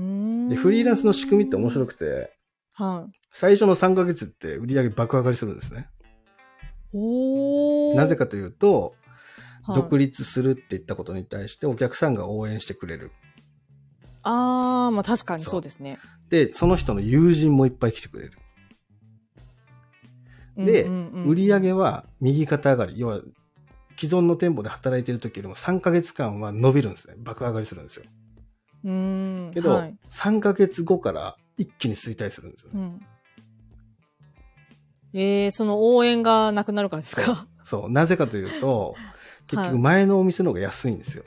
Speaker 1: で、フリーランスの仕組みって面白
Speaker 2: く
Speaker 1: くて、
Speaker 2: はい。
Speaker 1: 最初の3ヶ月って売り上げ爆上がりするんですね。
Speaker 2: おー
Speaker 1: なぜ、かというと、
Speaker 2: はい
Speaker 1: 独立するって言ったことに対してお客さんが応援してくれる。
Speaker 2: あー、まあ確かにそうですね。
Speaker 1: で、その人の友人もいっぱい来てくれる。で売り上
Speaker 2: げ
Speaker 1: げは右肩上がり。要は、既存の店舗で働いてる時よりも3ヶ月間は伸びるんですね。爆上がりするんですよ。
Speaker 2: うーん。
Speaker 1: けど、
Speaker 2: はい
Speaker 1: 3ヶ月後から一気に衰退するんですよ
Speaker 2: う
Speaker 1: ね。
Speaker 2: ん、えー、その応援がなくなるからですか。
Speaker 1: そう。なぜかというと、結
Speaker 2: はい
Speaker 1: 局前のお店の方が安いんですよ。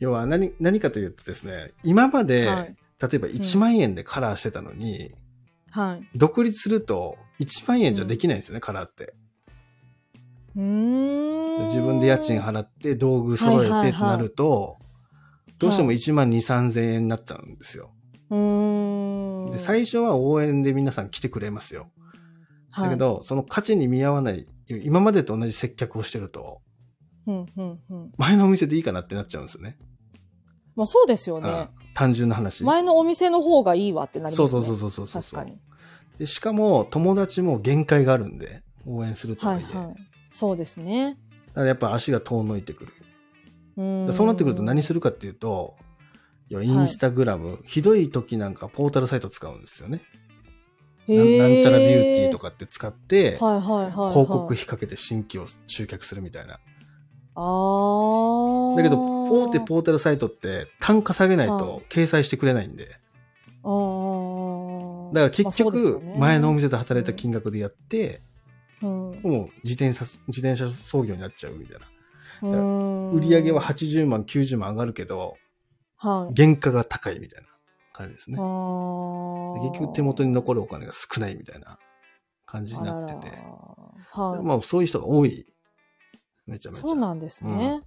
Speaker 1: 要は何、何かというとですね、今まで、
Speaker 2: はい
Speaker 1: 例えば1万円でカラーしてたのに、
Speaker 2: はい。
Speaker 1: 独立すると1万円じゃできないんですよね、カラーって。
Speaker 2: うーん。
Speaker 1: 自分で家賃払って道具揃えてってなると、どうしても1万2、3000円になっちゃうんですよ。
Speaker 2: うーん。
Speaker 1: で最初は応援で皆さん来てくれますよ。だけ
Speaker 2: はい、
Speaker 1: ど、その価値に見合わない、今までと同じ接客をしてると、
Speaker 2: うんうんうん。
Speaker 1: 前のお店でいいかなってなっちゃうんですよね。
Speaker 2: まあそうですよ
Speaker 1: う
Speaker 2: ね
Speaker 1: ん。単純な話。
Speaker 2: 前のお店の方がいいわってなります
Speaker 1: そ
Speaker 2: ね。
Speaker 1: うそうそうそうそうそう。
Speaker 2: 確かに。
Speaker 1: でしかも、友達も限界があるんで、応援するとは
Speaker 2: はいい
Speaker 1: え。
Speaker 2: はい。そうですね。
Speaker 1: だからやっぱ足が遠のいてくる。
Speaker 2: う
Speaker 1: だ
Speaker 2: ー
Speaker 1: から
Speaker 2: ん。
Speaker 1: そうなってくると何するかっていうと、いやインスタグラム、ひどい時なんかポータルサイト使うんですよね。な
Speaker 2: へ
Speaker 1: なんちゃらビューティーとかって使って、
Speaker 2: はいはいはい、はい。
Speaker 1: 広告費かけて新規を集客するみたいな。
Speaker 2: ああ。
Speaker 1: だけど、大手ポータルサイトって単価下げないと掲載してくれないんで。
Speaker 2: ああ。
Speaker 1: だから結
Speaker 2: まあそ
Speaker 1: 局
Speaker 2: うですよ、ね
Speaker 1: 前のお店で働いた金額でやって、
Speaker 2: うんう
Speaker 1: もう自転車、自転車操業になっちゃうみたいな。
Speaker 2: ーん
Speaker 1: 売り上げは80万、90万上がるけど、
Speaker 2: はい。
Speaker 1: 原価が高いみたいな感じですね
Speaker 2: あ。ー
Speaker 1: 結局手元に残るお金が少ないみたいな感じになってて。
Speaker 2: あららはい。
Speaker 1: まあそういう人が多い。めちゃめちゃ。
Speaker 2: そうなんですね。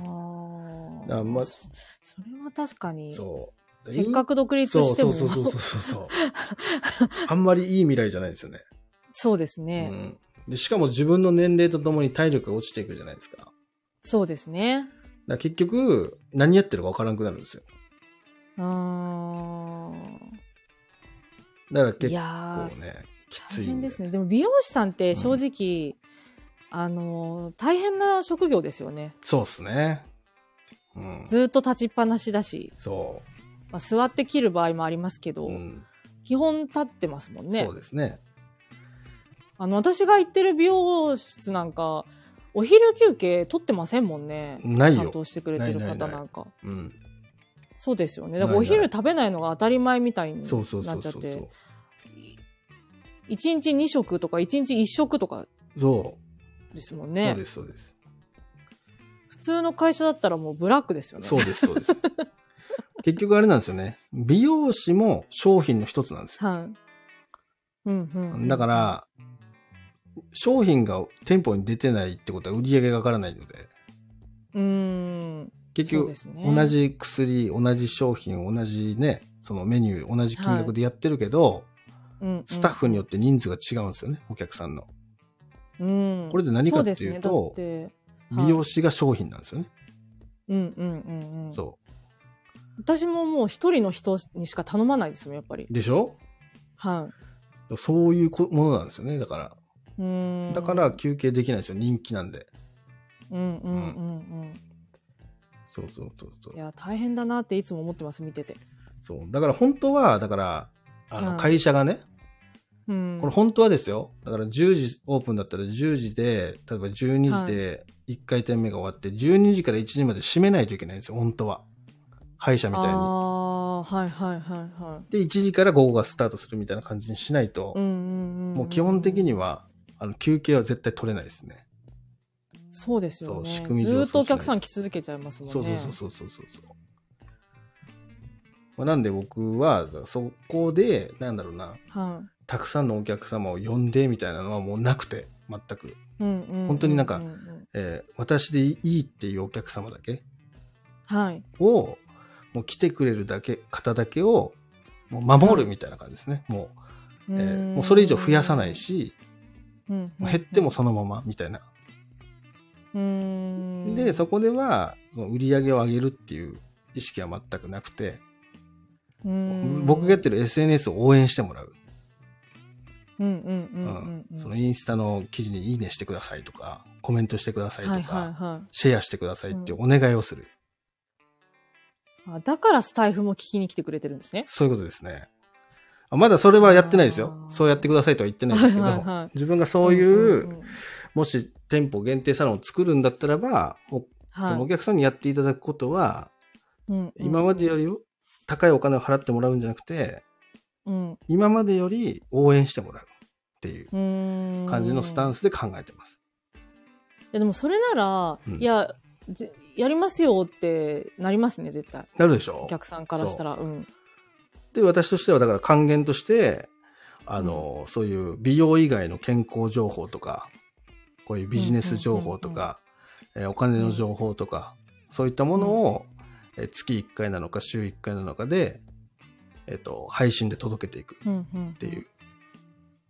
Speaker 2: あ
Speaker 1: あ
Speaker 2: あ。
Speaker 1: まあ
Speaker 2: そそれは確かに。
Speaker 1: そう
Speaker 2: せっか
Speaker 1: く
Speaker 2: く独立しても。
Speaker 1: そうそうそうそうそうそう。あんまりいい未来じゃないですよね。
Speaker 2: そうです
Speaker 1: う
Speaker 2: ね。
Speaker 1: んで。しかも自分の年齢とともに体力が落ちていくじゃないですか。だか
Speaker 2: そうですね。
Speaker 1: ら結局、何やってるかわからなくなるんですよ。
Speaker 2: うーん。
Speaker 1: だから
Speaker 2: い
Speaker 1: 結
Speaker 2: や
Speaker 1: 構
Speaker 2: ー、
Speaker 1: ね、きつい
Speaker 2: 大
Speaker 1: ん
Speaker 2: 変ですね。でも美容師さんって正直、あのー、大変な職業ですよね。
Speaker 1: そうですね。うん。
Speaker 2: ずーっと立ちっぱなしだし、
Speaker 1: そ
Speaker 2: まあ、座って切る場合もありますけど、
Speaker 1: う。うん。
Speaker 2: 基本立ってますもんね
Speaker 1: そう。ですね。
Speaker 2: あの、私が行ってる美容室なんか、お昼休憩取ってませんもんね。
Speaker 1: ない
Speaker 2: 担
Speaker 1: よ。
Speaker 2: 当してくれてる
Speaker 1: ない
Speaker 2: 方
Speaker 1: ないない
Speaker 2: なんか。
Speaker 1: うん。
Speaker 2: そうですよね。
Speaker 1: ない
Speaker 2: だ
Speaker 1: ない
Speaker 2: からお昼食べないのが当たり前みたいになっちゃ
Speaker 1: そ
Speaker 2: っ
Speaker 1: う
Speaker 2: て。
Speaker 1: そうそうそうそう。
Speaker 2: 1日2食とか1日1食とか
Speaker 1: そ
Speaker 2: ですも
Speaker 1: う。
Speaker 2: ん
Speaker 1: そう
Speaker 2: ね。
Speaker 1: です、そうです。
Speaker 2: 普通の会社だったらもうブラックですよね。
Speaker 1: そうです、そうです。 結局あれなんですよね。美容師も商品の一つなんですよ。
Speaker 2: はい。うんうん。
Speaker 1: だか、ら、商品が店舗に出てないってことは売り上げが上がらないので、
Speaker 2: うーん。
Speaker 1: 結
Speaker 2: そう
Speaker 1: 局
Speaker 2: で、すね。
Speaker 1: 同。じ薬、同じ商品、同じね、そのメニュー、同じ金額でやってるけど、
Speaker 2: うんうん、
Speaker 1: スタッフによって人数が違うんですよね、お客さんの。
Speaker 2: うん。
Speaker 1: これで何かっていうと
Speaker 2: そですねだってはい
Speaker 1: 美容師が商品なんですよね。
Speaker 2: うんうんうんうん。
Speaker 1: そ
Speaker 2: 私ももう一人の人にしか頼まないですもん、やっぱり。
Speaker 1: う。でしょ
Speaker 2: は
Speaker 1: そういうこものなんですよね、だから。
Speaker 2: い。うーん。
Speaker 1: だから、休憩できないですよ、人気なんで。
Speaker 2: うんうんうん
Speaker 1: そうそうそうそう
Speaker 2: うん。い。や、大変だなっていつも思ってます、見てて。
Speaker 1: そう。だから本当は、だから、あ
Speaker 2: う
Speaker 1: の、
Speaker 2: ん
Speaker 1: 会社がね、
Speaker 2: うん。
Speaker 1: これ本当はですよ。だから10時オープンだったら10時で、例えば12時で1回転目が終わって、12時から1時まで閉めないといけないんですよ、本当は。会社みたい
Speaker 2: あ
Speaker 1: に。
Speaker 2: あ、はいはいはいはい。
Speaker 1: で、1時から午後がスタートするみたいな感じにしないと、
Speaker 2: うんうんうん。
Speaker 1: もう基本的
Speaker 2: に。
Speaker 1: には、あの、休憩は絶対取れないですね。
Speaker 2: そうですよね。
Speaker 1: そう仕組み上
Speaker 2: ずーっと
Speaker 1: そう
Speaker 2: お
Speaker 1: しない
Speaker 2: 客さん来続けちゃいますもんね。
Speaker 1: そうそうそうそうそうそうそう。まあ、なんで僕は、そこで、なんだろうな、
Speaker 2: は
Speaker 1: たくさんのお客様を呼んでみたいなのはもうなくて、全く。
Speaker 2: い。うんうんうう
Speaker 1: 本当になんかえー私でいいっていうお客様だけ
Speaker 2: はい。
Speaker 1: を、もう来てくれるだけ、方だけを、もう守るみたいな感じですね。もう、えー
Speaker 2: ーん
Speaker 1: もうそれ以上増やさない、し、
Speaker 2: うんうんうん
Speaker 1: もう減っても、そのままみたいな。
Speaker 2: うーん
Speaker 1: で、そこでは、その売り上げを上げるっていう意識は全くなくて、
Speaker 2: うーん
Speaker 1: 僕がやってる SNS を応援してもらう。
Speaker 2: うんうんう
Speaker 1: うんん
Speaker 2: うん。
Speaker 1: そのインスタの記事にいいねしてくださいとか、コメントしてくださいとか、
Speaker 2: はいはいは
Speaker 1: シェアしてくださいっていうお願いをする。
Speaker 2: い。あだからスタイフも聞きに来てくれてるんですね。
Speaker 1: そういうことですね。あまだそれはやってないですよ
Speaker 2: あ。ー
Speaker 1: そうやってくださいとは言ってないんですけど、
Speaker 2: はいはいはい
Speaker 1: 自分がそういう、
Speaker 2: んんん
Speaker 1: もし店舗限定サロンを作るんだったらば、もうそのお
Speaker 2: はい
Speaker 1: 客さんにやっていただくことは、
Speaker 2: うんうん
Speaker 1: 今までより高いお金を払ってもらうんじゃなくて、
Speaker 2: うんう
Speaker 1: 今までより応援してもらうっていう
Speaker 2: ーん
Speaker 1: 感じのスタンス
Speaker 2: ス。
Speaker 1: で考えてます。
Speaker 2: いやでもそれなら、
Speaker 1: うん
Speaker 2: いや、ぜやりますよってなりますね、絶対。
Speaker 1: なるでしょ
Speaker 2: お客さんからしたら。うん。
Speaker 1: で、私としてはだから還元として、あの、そういう美容以外の健康情報とか、こういうビジネス情報とか、えーお金の情報とか、そういったものを、えー月1回なのか週1回なのかで、えっ、と、配信で届けていくっ
Speaker 2: うんうん。って
Speaker 1: いう、。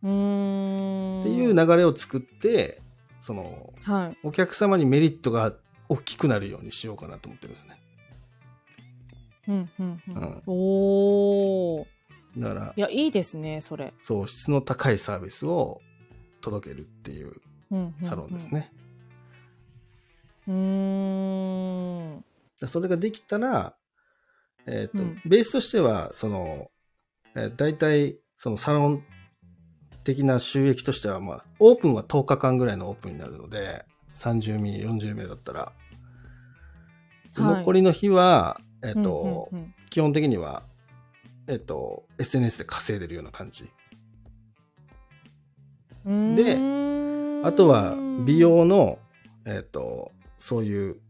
Speaker 2: うーん。
Speaker 1: っていう。流れを作って、その、
Speaker 2: はい。
Speaker 1: お客様にメリットが大きくなるようにしようかなと思ってるんですね。
Speaker 2: うんうんう
Speaker 1: うんん。
Speaker 2: おー。
Speaker 1: だから
Speaker 2: い、や、いいですね、それ。
Speaker 1: そう、質の高いサービスを届けるっていう
Speaker 2: うんうん
Speaker 1: サロンです。ね。
Speaker 2: うーん。
Speaker 1: だそれができたら、えっ、と、
Speaker 2: うん
Speaker 1: ベースとしては、その、えー、大体、そのサロン的な収益としては、まあ、オープンは10日間ぐらいのオープンになるので、30名、40名だったら。で
Speaker 2: はい
Speaker 1: 残りの日は、えっ、と、
Speaker 2: うんうんうん
Speaker 1: 基本的には、えっ、と、SNS で稼いでるような感じ。
Speaker 2: うーん
Speaker 1: であとは、美容の、えっ、と、そういう業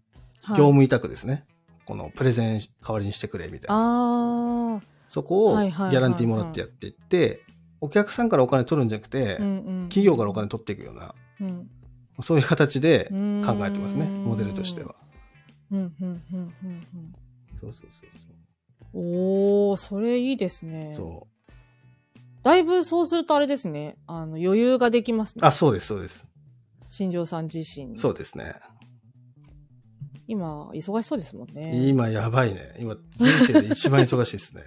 Speaker 2: はい
Speaker 1: 務委託ですね。このプレゼン代わりにしてくれみたいな。
Speaker 2: あ
Speaker 1: そこを
Speaker 2: は
Speaker 1: ギ
Speaker 2: いはいはいはい
Speaker 1: ャランティーもらってやっていって、お客さんからお金取るんじゃなくて、
Speaker 2: あ、うんうん
Speaker 1: 企業からお金取っていくような、
Speaker 2: うん
Speaker 1: そういう形で
Speaker 2: う
Speaker 1: 考
Speaker 2: ーん
Speaker 1: えてますね、モデルとしては。
Speaker 2: うんうんうんうん
Speaker 1: そうそうそう
Speaker 2: うんおーそれいいですね
Speaker 1: そう。そ
Speaker 2: だいぶそうするとあれですねあの余裕ができます
Speaker 1: う。あ、
Speaker 2: ね
Speaker 1: そうです、そうです。
Speaker 2: 新庄さん自身
Speaker 1: そうですね。
Speaker 2: 今忙しそうですもんね
Speaker 1: 今やばいね。今、人生で一番忙しいですね。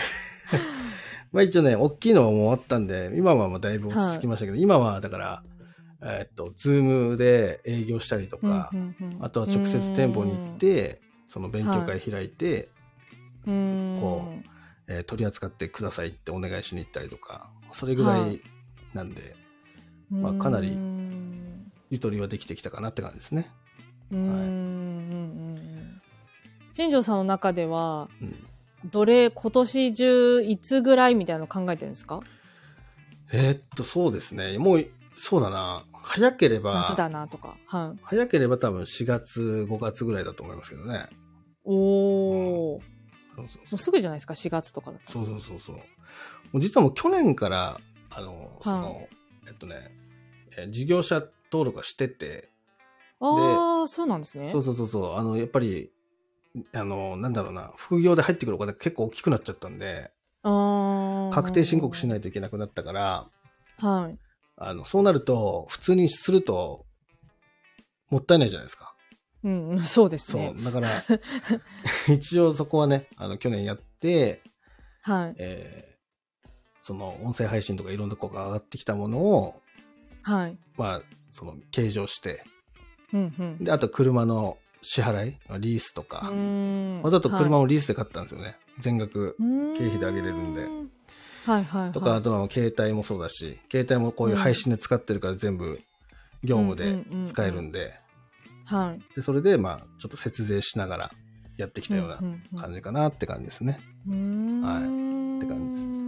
Speaker 1: まあ一応ね、大きいのはもう終わったんで、今はもうだいぶ落ち着きましたけど、今はだから、えーっと、ズームで営業したりとか、
Speaker 2: うんうんうん
Speaker 1: あとは直接店舗に行って、その勉強会開いて、
Speaker 2: うーん
Speaker 1: こえー取り扱ってくださいってお願いしに行ったりとか、それぐら
Speaker 2: はい
Speaker 1: いなんで、
Speaker 2: うーん
Speaker 1: まあかなり
Speaker 2: うーん
Speaker 1: ゆとりはできてきたかなって感じですね。
Speaker 2: うーんうんうん新庄さんの中では
Speaker 1: うん、
Speaker 2: どれ今年中いつぐらいみたいなの考えてるんですか
Speaker 1: えーっと、そうですね。もう、そうだな。早けれ
Speaker 2: 夏だ
Speaker 1: ば、
Speaker 2: なとか。はい。
Speaker 1: 早ければ多分4月、5月ぐらいだと思いますけどね。
Speaker 2: おー。も
Speaker 1: そうそう
Speaker 2: う
Speaker 1: そ
Speaker 2: すぐじゃないですか、4月とかだと。
Speaker 1: う。そうそうそうそう。もう実はもう去年から、あの、その、えっとね、えー事業者登録はしてて、
Speaker 2: ああ、そうなんですね。
Speaker 1: そうそうそうそう、あの、やっぱり、あの、なんだろうな、副業で入ってくるお金が結構大きくなっちゃったんで、
Speaker 2: ああ。。
Speaker 1: 確定申告しないいといけなくなったから、
Speaker 2: はい。
Speaker 1: あの、そうなると、普通にすると、もったいないじゃないですか。
Speaker 2: うんうん、そうです
Speaker 1: そ
Speaker 2: ね。
Speaker 1: う。だ から、一応そこはね、あの、去年やって、
Speaker 2: はい。
Speaker 1: えーその、音声配信とかいろんな子が上がってきたものを、
Speaker 2: はい。
Speaker 1: まあ、その、計上して、
Speaker 2: うんうん。
Speaker 1: で、あと車の支払い、リースと
Speaker 2: う
Speaker 1: か、
Speaker 2: ーん
Speaker 1: わざと車
Speaker 2: を
Speaker 1: をリースで買ったんですよね。全額。経費で上げれるんで。
Speaker 2: うーはいはいはい。
Speaker 1: とか、あとは携帯もそうだし、携帯もこういう配信で使ってるから全部業務で使えるんで、
Speaker 2: はい。
Speaker 1: で、それで、まあ、ちょっと節税しながらやってきたような感
Speaker 2: じ。
Speaker 1: じかなって感じですね。
Speaker 2: うーん。
Speaker 1: はい
Speaker 2: い
Speaker 1: って感じです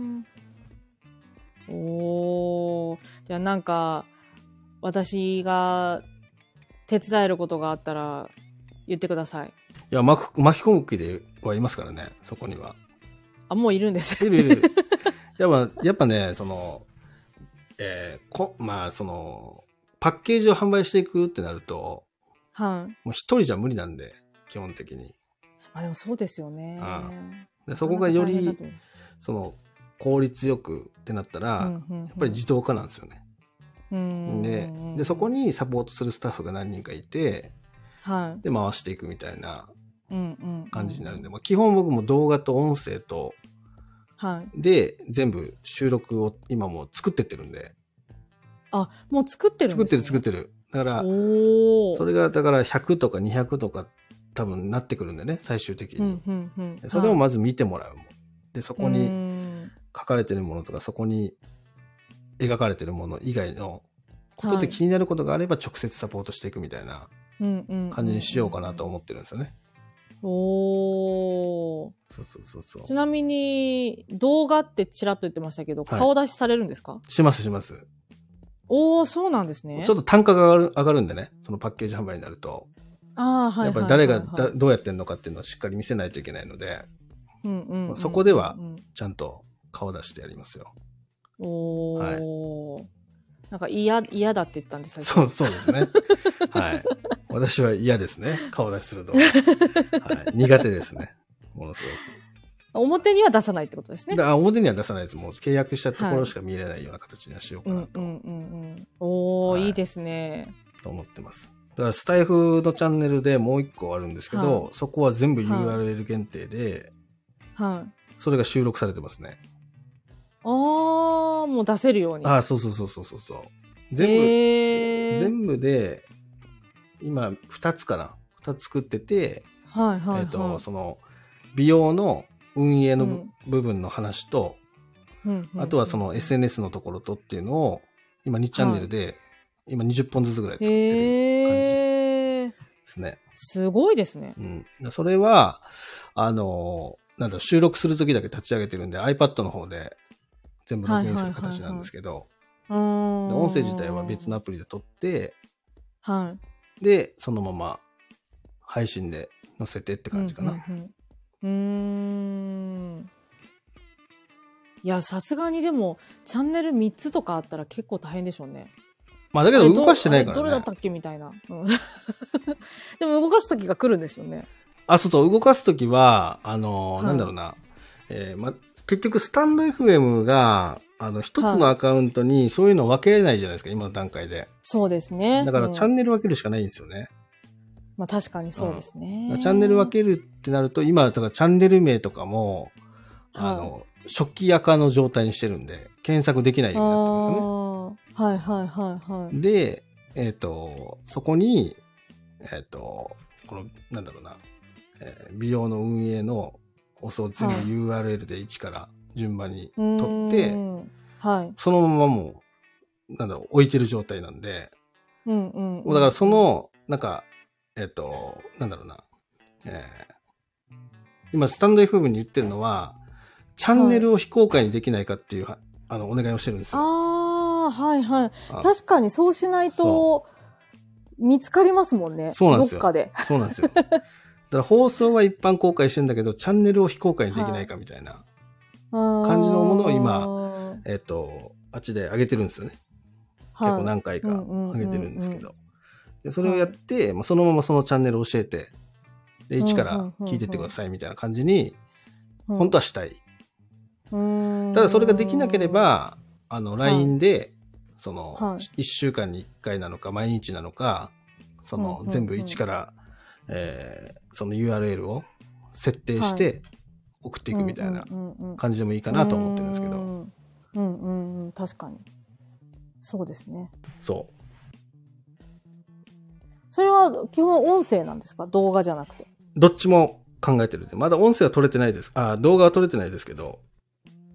Speaker 2: おおー。じゃあなんか、私が手伝えることがあったら言ってください。
Speaker 1: いや、巻く巻き込む気ではいますからね、そこには。
Speaker 2: あ、もういるんです。
Speaker 1: いるいる。やっぱ、やっぱね、その、えーこ、まあ、その、パッケージを販売していくってなると、
Speaker 2: はい。
Speaker 1: もう一人じゃ無理なんで、基本的に。
Speaker 2: まあでもそうですよね
Speaker 1: あ。でそこがよ
Speaker 2: な
Speaker 1: り
Speaker 2: かなか大変だと、思います
Speaker 1: その、効率よくってなったら、や
Speaker 2: うんうんうん
Speaker 1: っぱり自動化なんですよね。
Speaker 2: うん
Speaker 1: でで、そこ、にサポートするスタッフが何人かいて、
Speaker 2: は。
Speaker 1: で、回していくみたいない
Speaker 2: うんうん。
Speaker 1: 感じになるんで、
Speaker 2: で。
Speaker 1: まあ、基本僕も動画と音声と
Speaker 2: はい。
Speaker 1: で全部収録を今もう作ってってるんで
Speaker 2: あ、もう作ってるん
Speaker 1: 作
Speaker 2: で
Speaker 1: って
Speaker 2: す
Speaker 1: る作
Speaker 2: ね
Speaker 1: ってるだから
Speaker 2: おお。
Speaker 1: それがだから100とか200とか多分なってくるんでね最終的
Speaker 2: う
Speaker 1: に
Speaker 2: ん、うんうん。
Speaker 1: それを
Speaker 2: はい
Speaker 1: まず見てもらうでそこ
Speaker 2: うー
Speaker 1: に
Speaker 2: ん
Speaker 1: 書かれてるものとかそこに描かれてるもの以外のこと
Speaker 2: は
Speaker 1: で
Speaker 2: い
Speaker 1: 気になることがあれば直接サポートしていくみたいな
Speaker 2: うんうんうん
Speaker 1: 感じにしようかなと思ってるんですよね。
Speaker 2: おお。
Speaker 1: そうそうそうそ
Speaker 2: ち
Speaker 1: う。
Speaker 2: なみに、動画ってちらっと言ってましたけど、
Speaker 1: はい
Speaker 2: 顔出しされるんですか
Speaker 1: しますします。
Speaker 2: おお、そうなんですね。
Speaker 1: ちょっ
Speaker 2: っ
Speaker 1: と
Speaker 2: と、
Speaker 1: 単価が上がる上がるんでね、そのパッケージ販売になると。
Speaker 2: ああ、はい。
Speaker 1: やっぱり誰が
Speaker 2: はいはい
Speaker 1: だどうやってんのかっていうのはしっかり見せないといけないので、
Speaker 2: うんうんうん
Speaker 1: そこでは
Speaker 2: うん
Speaker 1: ちゃんと顔出してやりますよ。
Speaker 2: おお。なんか嫌、嫌だって言ったんです
Speaker 1: そう、そうですね。はい。私は嫌ですね。顔出しするのは。はい、苦手ですね。ものすごく。
Speaker 2: 表には出さないってことですね。
Speaker 1: だから表には出さないです。もう契約したところしか見れないような形にはしよう
Speaker 2: う
Speaker 1: かなんと
Speaker 2: うんうんうん。おー、
Speaker 1: はい
Speaker 2: い、いですね。
Speaker 1: と思ってます。だからスタイフのチャンネルでもう一個あるんですけど、
Speaker 2: は
Speaker 1: そこは全部
Speaker 2: はい
Speaker 1: URL 限定で、
Speaker 2: はい。
Speaker 1: それが収録されてますね。
Speaker 2: あー、もう出せるように。
Speaker 1: ああ、そうそうそうそうそうそう。全部、
Speaker 2: えー、
Speaker 1: 全部で、今2つかな。2つ作ってて、
Speaker 2: はいはいはい。
Speaker 1: えっ、と、その、美容の運営のぶ、
Speaker 2: うん
Speaker 1: 部分の話と、
Speaker 2: うんうん
Speaker 1: あとはその SNS のところとっていうのを、今2チャンネルで、今20本ずつぐらい作ってる
Speaker 2: へえー、
Speaker 1: ですね。
Speaker 2: すごいですね。
Speaker 1: うん。それは、あの、なんだろう、収録するときだけ立ち上げてるんで、iPad の方で全部録音する形なんですけど、
Speaker 2: うーん。
Speaker 1: で音声自体は別のアプリで撮って、
Speaker 2: はい。
Speaker 1: で、そのまま配信で載せてって感じかな。
Speaker 2: うんうんうんうーんいやさすがにでもチャンネル3つとかあったら結構大変でしょうね。
Speaker 1: まあ、だけ
Speaker 2: あ
Speaker 1: ど
Speaker 2: れ
Speaker 1: 動かしてないか
Speaker 2: どあれ
Speaker 1: ら
Speaker 2: どれだ
Speaker 1: ね
Speaker 2: った。っけみたいな。うん でも動かす時が来るんですよね。
Speaker 1: あ、そうそう、動かすときは、あの、
Speaker 2: はい
Speaker 1: なんだろうな。えーま、結局、スタンド FM が、あの、一つのアカウントにそういうの分けれないじゃないですか、今の段階で。
Speaker 2: そうですね。
Speaker 1: だから、
Speaker 2: うん
Speaker 1: チャンネル分けるしかないんですよね。
Speaker 2: まあ確かにそうです
Speaker 1: だ
Speaker 2: ね
Speaker 1: か。らチャンネル分けるってなると、今、だからチャンネル名とかも、あ
Speaker 2: は
Speaker 1: の、初期赤の状態にしてるんで、検索できない
Speaker 2: い
Speaker 1: ようになってますよね。
Speaker 2: あーはいはいはいはい。
Speaker 1: で、えっ、と、そこに、えっ、と、この、なんだろうな、えー美容の運営の放送を全部
Speaker 2: はい
Speaker 1: URL で1から順番に
Speaker 2: うー
Speaker 1: 取
Speaker 2: ん
Speaker 1: って、
Speaker 2: はい。
Speaker 1: そのままもう、なんだろう、置いてる状態なんで、
Speaker 2: うんうんうん、
Speaker 1: もうだからその、なんか、えっ、と、なんだろうな、えー今、スタンド FM に言ってるのは、チャンネルを非公開にできないかっていうは、あの、お願いをしてるんですよ。
Speaker 2: ああ、はいはい。
Speaker 1: あ
Speaker 2: 確かにそうしないと
Speaker 1: そ、
Speaker 2: 見つかりますもんね。
Speaker 1: そうなんですよ
Speaker 2: どっかで。
Speaker 1: そうなんですよ。だから放送は一般公開してんだけど、チャンネルを非公開にできないかみたいな、
Speaker 2: 感
Speaker 1: じのものを今
Speaker 2: 今、
Speaker 1: えっ、と、あっちで上げてるんですよね。
Speaker 2: はい
Speaker 1: 結構何回か
Speaker 2: うんうんうんうん
Speaker 1: 上げてるんですけど。でそれをやって、まあ、そのままそのチャンネルを教えて、で、一から聞いてってくださいみたいな感じに、本当はしたい。
Speaker 2: は
Speaker 1: ただそれができなけれ、ば、あの、LINE で、その、
Speaker 2: はい
Speaker 1: 1週間に1回なのか、毎日なのか、そ
Speaker 2: うんうん
Speaker 1: の
Speaker 2: う、ん
Speaker 1: 全部一から、えーその URL を設定して、送っていくみたいな
Speaker 2: か
Speaker 1: 感じでもいいかなと思ってるんですけ
Speaker 2: う
Speaker 1: ど、
Speaker 2: んうんうんうん、確かに。そうですね。
Speaker 1: そう。
Speaker 2: それは基本音声なんですか動画じゃなくて。
Speaker 1: どっちも考えてるんで、まだ音声は撮れてないです。あ、動画は撮れてないですけど、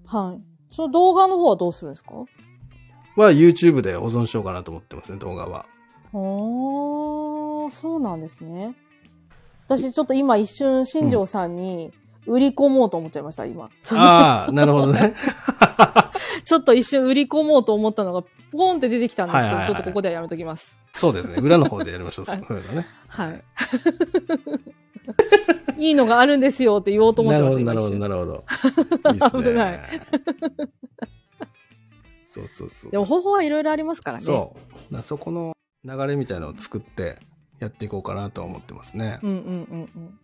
Speaker 2: はい。その動画の方はどうするんですか
Speaker 1: は YouTube で保存しようかなと思ってますね、動画は。
Speaker 2: おー、そうなんですね。私ちょっと今一瞬新庄さんに売り込もうと思っちゃいました、今。ちょっ
Speaker 1: ああ、なるほどね。
Speaker 2: とちょっと一瞬売り込もうと思ったのがポンって出てきたんですけど、
Speaker 1: はいはいはい
Speaker 2: ちょっとここではやめときます。
Speaker 1: そうですね。裏の方でやりましょう。そ
Speaker 2: は
Speaker 1: う
Speaker 2: い
Speaker 1: だね。
Speaker 2: はい。 いいのがあるんですよって言おうと思っ
Speaker 1: な
Speaker 2: ちゃい
Speaker 1: る
Speaker 2: ま
Speaker 1: ほ
Speaker 2: した、
Speaker 1: ど、なる
Speaker 2: 今
Speaker 1: ほ
Speaker 2: 一
Speaker 1: ど、
Speaker 2: 瞬
Speaker 1: なるほど。 いいっすね。
Speaker 2: 危ない
Speaker 1: そうそうそう。
Speaker 2: でも方法はいろいろありますからね。
Speaker 1: そう。だからそこの流れみたいなのを作ってやっていこうかなとは思ってますね。
Speaker 2: うんうんうんうん。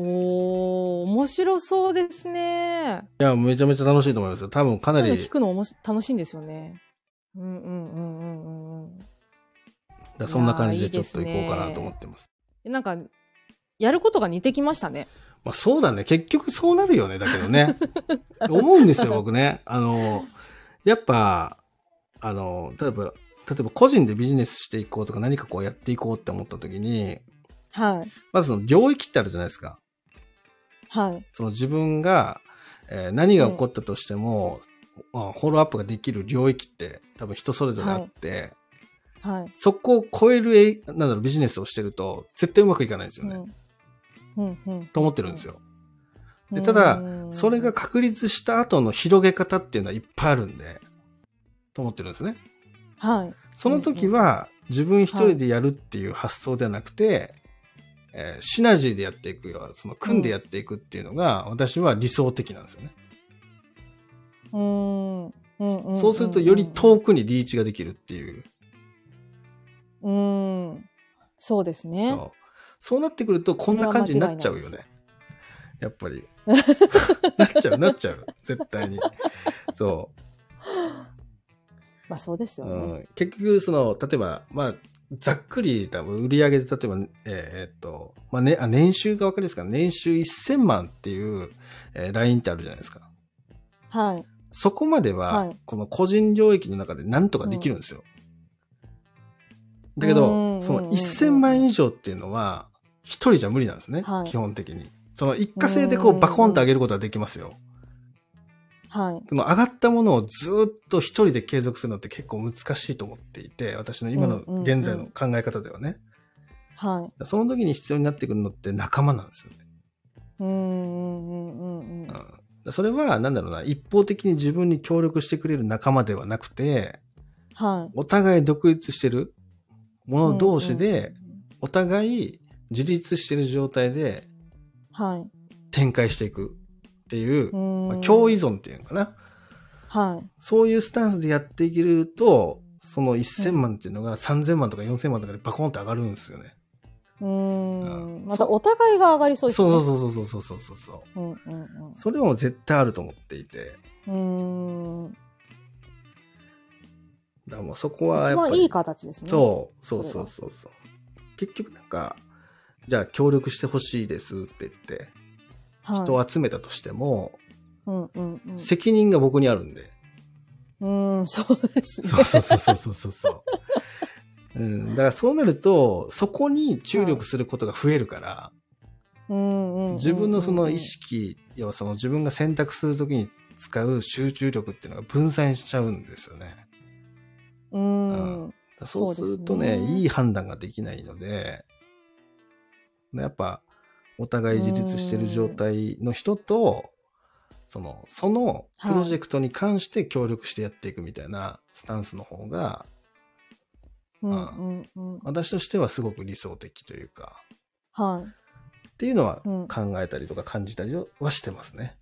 Speaker 2: おー、面白そうですね。
Speaker 1: いや、めちゃめちゃ楽しいと思いますよ。多分かな
Speaker 2: そういう
Speaker 1: り
Speaker 2: の聞くのおもし楽しいんですよね。うんうんうんうんうんうん。
Speaker 1: だそんな感じで
Speaker 2: い
Speaker 1: ち
Speaker 2: や
Speaker 1: ょ
Speaker 2: ー
Speaker 1: っといこうかなと思ってます。
Speaker 2: なんか、やることが似てきましたね。
Speaker 1: まあそうだね。結局そうなるよね。だけど ね。思うんですよ、僕ね。あの、やっぱ、あの、例えば、例えば個人でビジネスしていこうとか何かこうやっていこうって思った時に、
Speaker 2: はい。
Speaker 1: まずその領域ってあるじゃないですか。
Speaker 2: はい。
Speaker 1: その自分が、えー何が起こったとしても、あフォローアップができる領域って多分人それぞれあって、
Speaker 2: はい。
Speaker 1: そこを超えるえ、なんだろう、ビジネスをしてると、絶対うまくいかないんですよね。
Speaker 2: うん。うん。
Speaker 1: と思ってるんですよ。
Speaker 2: う
Speaker 1: で
Speaker 2: ん。
Speaker 1: ただ
Speaker 2: うん
Speaker 1: それが、確立した後の広げ方っていうのはいっぱいあるんで、と思ってるんですね。
Speaker 2: はい。
Speaker 1: その時は、自分一人でやるっていう発想ではなくて、えーシナジーでやっていくよ、その組んでやっていくっていうのが、私は理想的なんですよね。
Speaker 2: うん。うんんん
Speaker 1: そうするとより遠くにリーチができるっていう。
Speaker 2: うん。そうですね。
Speaker 1: そう。そうなってくると、こんな感じになっちゃうよ
Speaker 2: これ
Speaker 1: ね。やっぱり。 なっちゃう、なっちゃう。絶対に。そ
Speaker 2: まあそうです
Speaker 1: う。
Speaker 2: よ
Speaker 1: う
Speaker 2: ね。
Speaker 1: ん、結局、その、例えば、まあ、ざっくり言ったら、売り上げで、例えば、えーえっと、まあ、ね、あ年収がわかりですから、年収1000万っていう、えーラインってあるじゃないですか。
Speaker 2: はい。
Speaker 1: そこまでは、
Speaker 2: はい
Speaker 1: この個人領域の中でなんとかできるんですよ。だけど、
Speaker 2: うんうんうんうん
Speaker 1: その1000万以上っていうのは、一人じゃ無理なんですね。
Speaker 2: はい
Speaker 1: 基本的に。その一過性でこうバコンと上げることはできますよ。
Speaker 2: はい。
Speaker 1: この上がったものをずーっと一人で継続するのって結構難しいと思っていて、私の今の
Speaker 2: うんうんうん
Speaker 1: 現在の考え方ではね。
Speaker 2: はい。
Speaker 1: その時に必要になってくるのって仲間なんですよね。
Speaker 2: うーんうんうんうんうん。
Speaker 1: うん、それは、なんだろうな、一方的に自分に協力してくれる仲間ではなくて、
Speaker 2: はい。
Speaker 1: お互い独立してるもの同士で、お互い自立してる状態で
Speaker 2: うんうんうん、はい。
Speaker 1: 展開していくっていうう、
Speaker 2: ーん
Speaker 1: まあ、共依。存っていうのかな。
Speaker 2: はい。
Speaker 1: そういうスタンスでやっていけると、その1000万っていうのが3000万とか4000万とかでバコンって上がるんですよね。
Speaker 2: うー
Speaker 1: うん
Speaker 2: ん。ま
Speaker 1: そ
Speaker 2: たお互いが上がりそう
Speaker 1: そう
Speaker 2: ですね。
Speaker 1: そう
Speaker 2: う
Speaker 1: そうそうそうそうそうそう。
Speaker 2: そう。うんうん
Speaker 1: それも絶対あると思っていて。
Speaker 2: うん。うーん。
Speaker 1: だからもうそこは
Speaker 2: 一
Speaker 1: やっぱ
Speaker 2: 番
Speaker 1: り。
Speaker 2: いい形ですね。
Speaker 1: そう、
Speaker 2: そ
Speaker 1: そ
Speaker 2: れ
Speaker 1: う
Speaker 2: は
Speaker 1: そうそうそう。結局なんか、じゃあ協力してほしいですって言って、
Speaker 2: はい。
Speaker 1: 人を集めたとしても、
Speaker 2: うんうんうん。
Speaker 1: 責任が僕にあるんで。
Speaker 2: うーん、そうですね。
Speaker 1: そうそうそうそうそうそうそう。うん、だからそうなると、そこに注力することが増えるから、
Speaker 2: うんうんうんうん
Speaker 1: 自分のその意。識、要はその自分が選択するときに使う集中力っていうのが分散しちゃうんですよね。だか
Speaker 2: う
Speaker 1: うん
Speaker 2: ん。
Speaker 1: らそうすると
Speaker 2: そ
Speaker 1: ね
Speaker 2: うですね
Speaker 1: いい判断ができないので、やっぱ、お互い自立してる状態の人と、その、そのプロジェクトに関して協力してやっていくみたいなスタンスの方が、
Speaker 2: うんうんうん。
Speaker 1: 私としてはすごく理想的というか、
Speaker 2: はい。
Speaker 1: っていうのは
Speaker 2: うん
Speaker 1: 考えたりとか感じたりはしてますね。